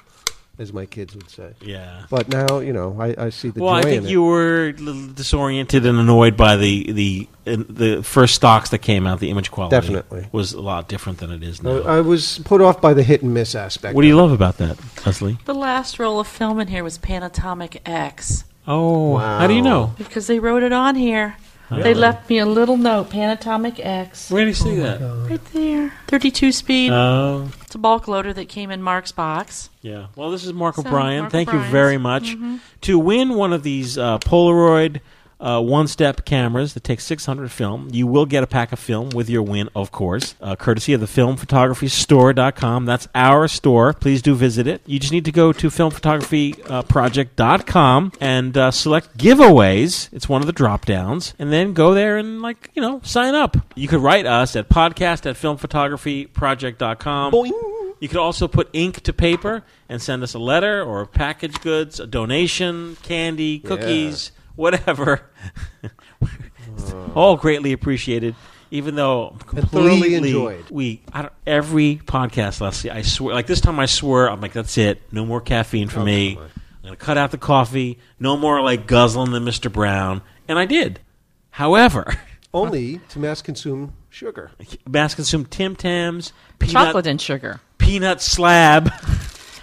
S5: as my kids would say.
S1: Yeah.
S5: But now you know I, I see the
S1: well,
S5: joy
S1: I think
S5: in
S1: you were a little disoriented and annoyed by the the in- the first stocks that came out. The image quality
S5: Definitely. Oh.
S1: was a lot different than it is
S5: it.
S1: now.
S5: I, I was put off by the hit and miss aspect.
S1: what do you love about that, Leslie?
S3: The last roll of film in here was Panatomic X
S1: Oh, how do you know?
S3: because they wrote it on here. They
S1: Really?
S3: left me a little note, Panatomic X.
S1: Where do you see that?
S3: Right there. 32 speed.
S1: Oh.
S3: It's a bulk loader that came in Mark's box.
S1: Yeah. Well, this is Mark
S3: So,
S1: O'Brien.
S3: Mark
S1: Thank you
S3: O'Brien's.
S1: very much.
S3: Mhm.
S1: To win one of these uh, Polaroid uh, one-step cameras that takes 600 film, you will get a pack of film with your win, of course, uh, courtesy of the filmphotographystore.com. That's our store. Please do visit it. You just need to go to uh, filmphotographyproject.com and uh, select giveaways. It's one of the drop-downs. And then go there and, like, you know, sign up. You could write us at podcast at filmphotographyproject.com. You could also put ink to paper and send us a letter or package goods, a donation, candy, cookies, whatever. All greatly appreciated. Even though completely
S5: thoroughly enjoyed.
S1: we I don't, every podcast, Leslie, I swear, like this time, I swear, I'm like, that's it, no more caffeine
S5: Oh,
S1: for me. I'm gonna cut out the coffee, no more like guzzling the Mr. Brown, and I did. However,
S5: Only to mass consume sugar.
S1: mass consume Tim Tams, peanut,
S3: Chocolate and sugar.
S1: peanut slab.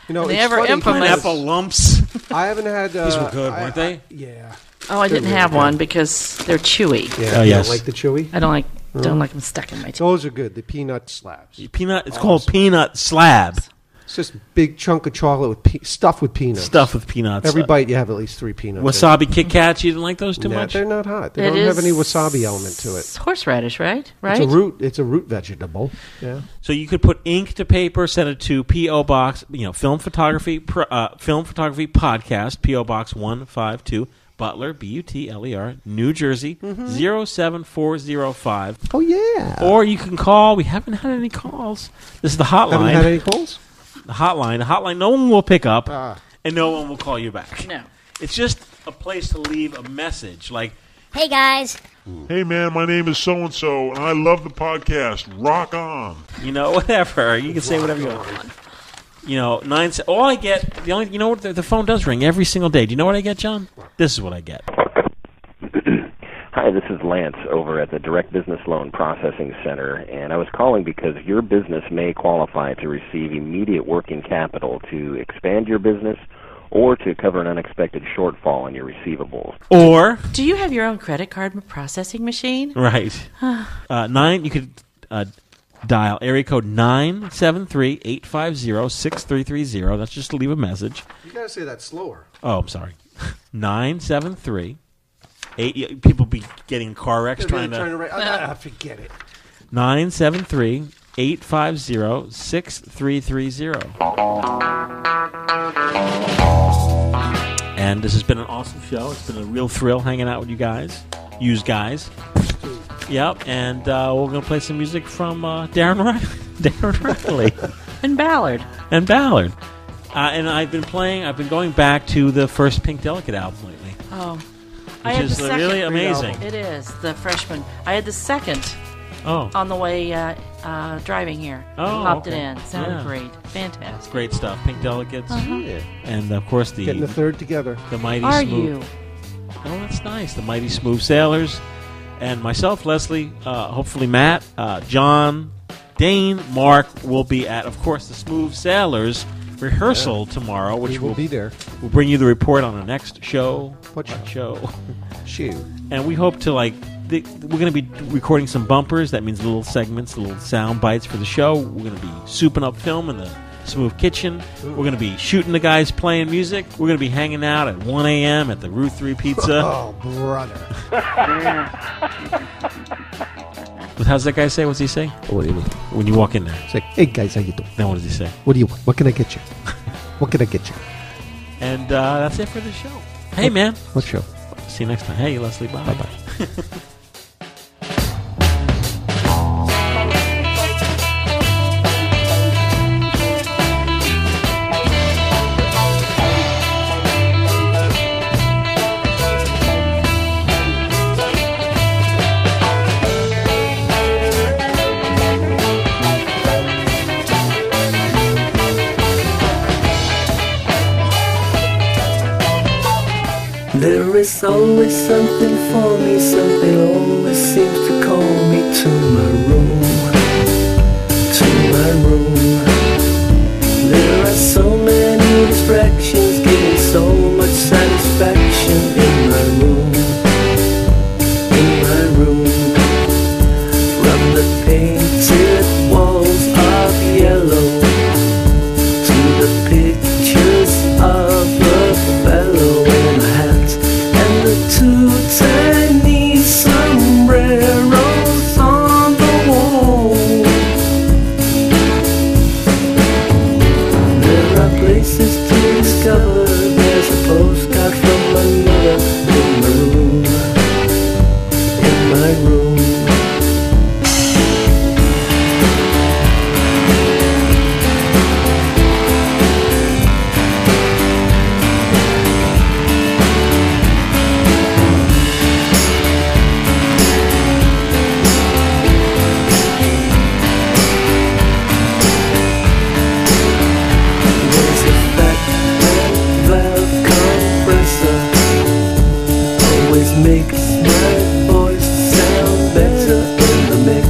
S5: You know,
S3: They
S5: it's
S3: ever
S5: funny
S3: infamous-
S5: because
S1: Pineapple lumps.
S5: I haven't had. Uh,
S1: These were good,
S5: I-
S1: weren't they?
S5: yeah.
S3: Oh, I
S5: They're
S3: didn't
S5: really
S3: have
S5: good.
S3: one because they're chewy.
S1: Oh,
S5: Yeah. you don't like the chewy.
S3: I don't like
S5: Mm.
S3: don't like them stuck in my teeth.
S5: Those are good. The peanut slabs. Oh,
S1: Peanut. It's called peanut slab.
S5: It's just a big chunk of chocolate with pe- stuffed with peanuts.
S1: Stuffed with peanuts.
S5: Every
S1: Uh,
S5: bite you have at least three peanuts.
S1: Wasabi Kit Kats. You didn't like those too
S5: Nah,
S1: much.
S5: They're not hot. They
S3: It
S5: don't have
S3: is-
S5: any wasabi element to
S3: It's
S5: it.
S3: horseradish, right? Right.
S5: It's a root. It's a root vegetable. Yeah.
S1: So you could put ink to paper, send it to PO Box, you know, Film Photography, Pro- uh, Film Photography Podcast, PO Box one five two, Butler, B U T L E R, New Jersey zero seven four zero five.
S5: Mm-hmm. Oh yeah.
S1: Or you can call. We haven't had any calls. This is the hotline.
S5: Haven't had any calls. Ah.
S1: The hotline. The hotline. No one will pick up, and no one will call you back.
S3: No.
S1: It's just a place to leave a message, like.
S11: Hey guys,
S16: Hey, man, my name is so and so, and I love the podcast. Rock on.
S1: you know, whatever. You can say whatever you want. You know, nine. se- All I get, the only, you know what? The, the phone does ring every single day. Do you know what I get, John? This is what I get.
S6: Hi, Hi, this is Lance over at the Direct Business Loan Processing Center, and I was calling because your business may qualify to receive immediate working capital to expand your business or to cover an unexpected shortfall in your receivables.
S1: Or
S3: Do you have your own credit card processing machine?
S1: right uh, nine. You could uh, dial area code nine seven three eight five zero six three three zero. That's just to leave a message.
S4: You gotta say that slower.
S1: Oh, I'm sorry. Nine seven three eight. y- People be getting in car wrecks
S4: They're really
S1: trying to
S4: trying to write- I, I forget it.
S1: nine seven three eight five zero six three three zero. And this has been an awesome show. It's been a real thrill hanging out with you guys, use guys. Yep, and uh, we're gonna play some music from uh, Darren Riley, Darren Riley,
S3: and Ballard,
S1: and Ballard. Uh, and I've been playing. I've been going back to the first Pink Delicate album lately.
S3: Oh, I
S1: Which
S3: had
S1: is
S3: the second.
S1: really amazing.
S3: It is the freshman. I had the second.
S1: Oh.
S3: On the way uh, uh, driving here.
S1: Oh,
S3: popped
S1: okay.
S3: it in. Sounded
S1: Yeah.
S3: great. Fantastic.
S1: Great stuff, Pink Delicates,
S3: Uh-huh. Yeah.
S1: and of course the
S5: Getting the third together.
S1: the mighty
S3: Are
S1: smooth.
S3: you?
S1: Oh, that's nice. The Mighty Smooth Sailors, and myself, Leslie, uh, hopefully Matt, uh, John, Dane, Mark will be at, of course, the Smooth Sailors rehearsal tomorrow, which
S5: We will be there.
S1: We'll bring you the report on the next show.
S5: What
S1: show? Show.
S5: Shoe.
S1: And we hope to like. The, we're going to be recording some bumpers. That means little segments, little sound bites for the show. We're going to be souping up film in the smooth kitchen. We're going to be shooting the guys playing music. We're going to be hanging out at 1 a.m. at the Route 3 Pizza.
S4: Oh, brother.
S1: How's that guy say? What's he say? What do you mean? When you walk in there.
S5: Say, hey guys, how you doing?
S1: Then what does he say?
S5: What do you want? What can I get you? what can I get you?
S1: And uh, that's it for the show. Hey, man.
S5: What show?
S1: See you next time. Hey, Leslie. Bye. Bye-bye.
S8: There is always something for me, something always seems to call me to my room, to my room. There are so many distractions, giving so much satisfaction in my room, in my room. From the painted walls of yellow to the pictures of a fellow in a hat and the two tiny sombreros on the wall. There are places to discover. There's a postcard from Manila in my room. In my room. There's a fat man valve compressor. Always makes my voice sound better in the mix.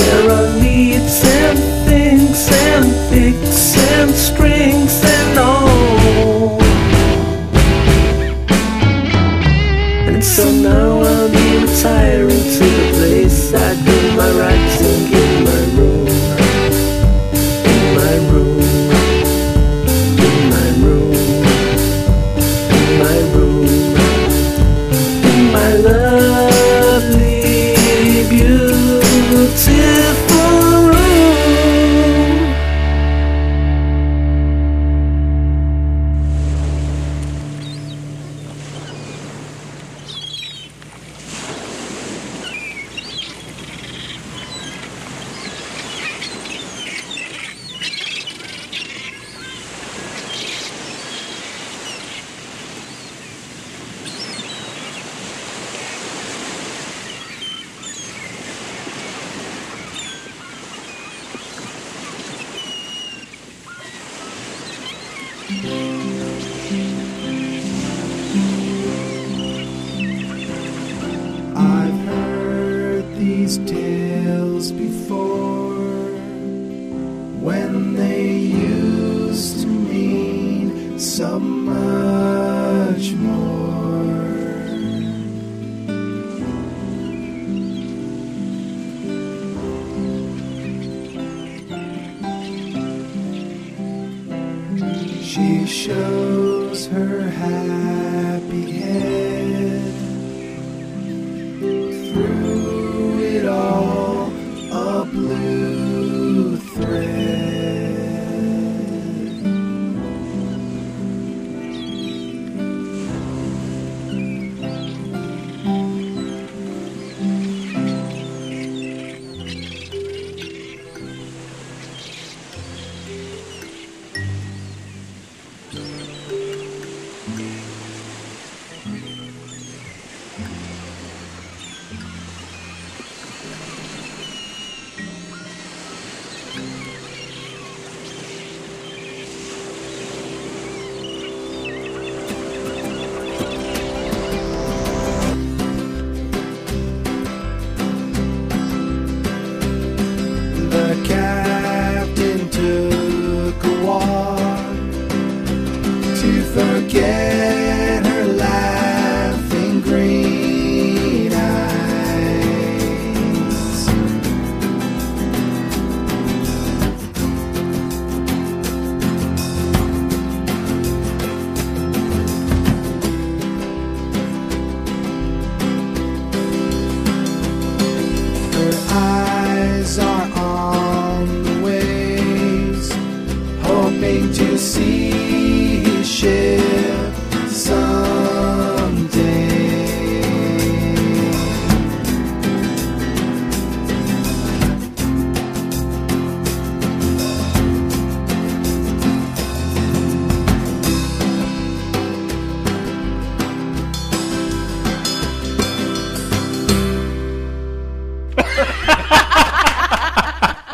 S8: There are leads and things and picks and strings and all. And so now I'll be retiring to the place I do my writing in my room. In my room. In my room, in my room, in my lovely, beautiful room.
S23: I've
S8: She shows her happy head through it all, a blue thread. The captain took a walk to forget her laughing green eyes. Her eyes are on the waves, hoping to see his ship someday.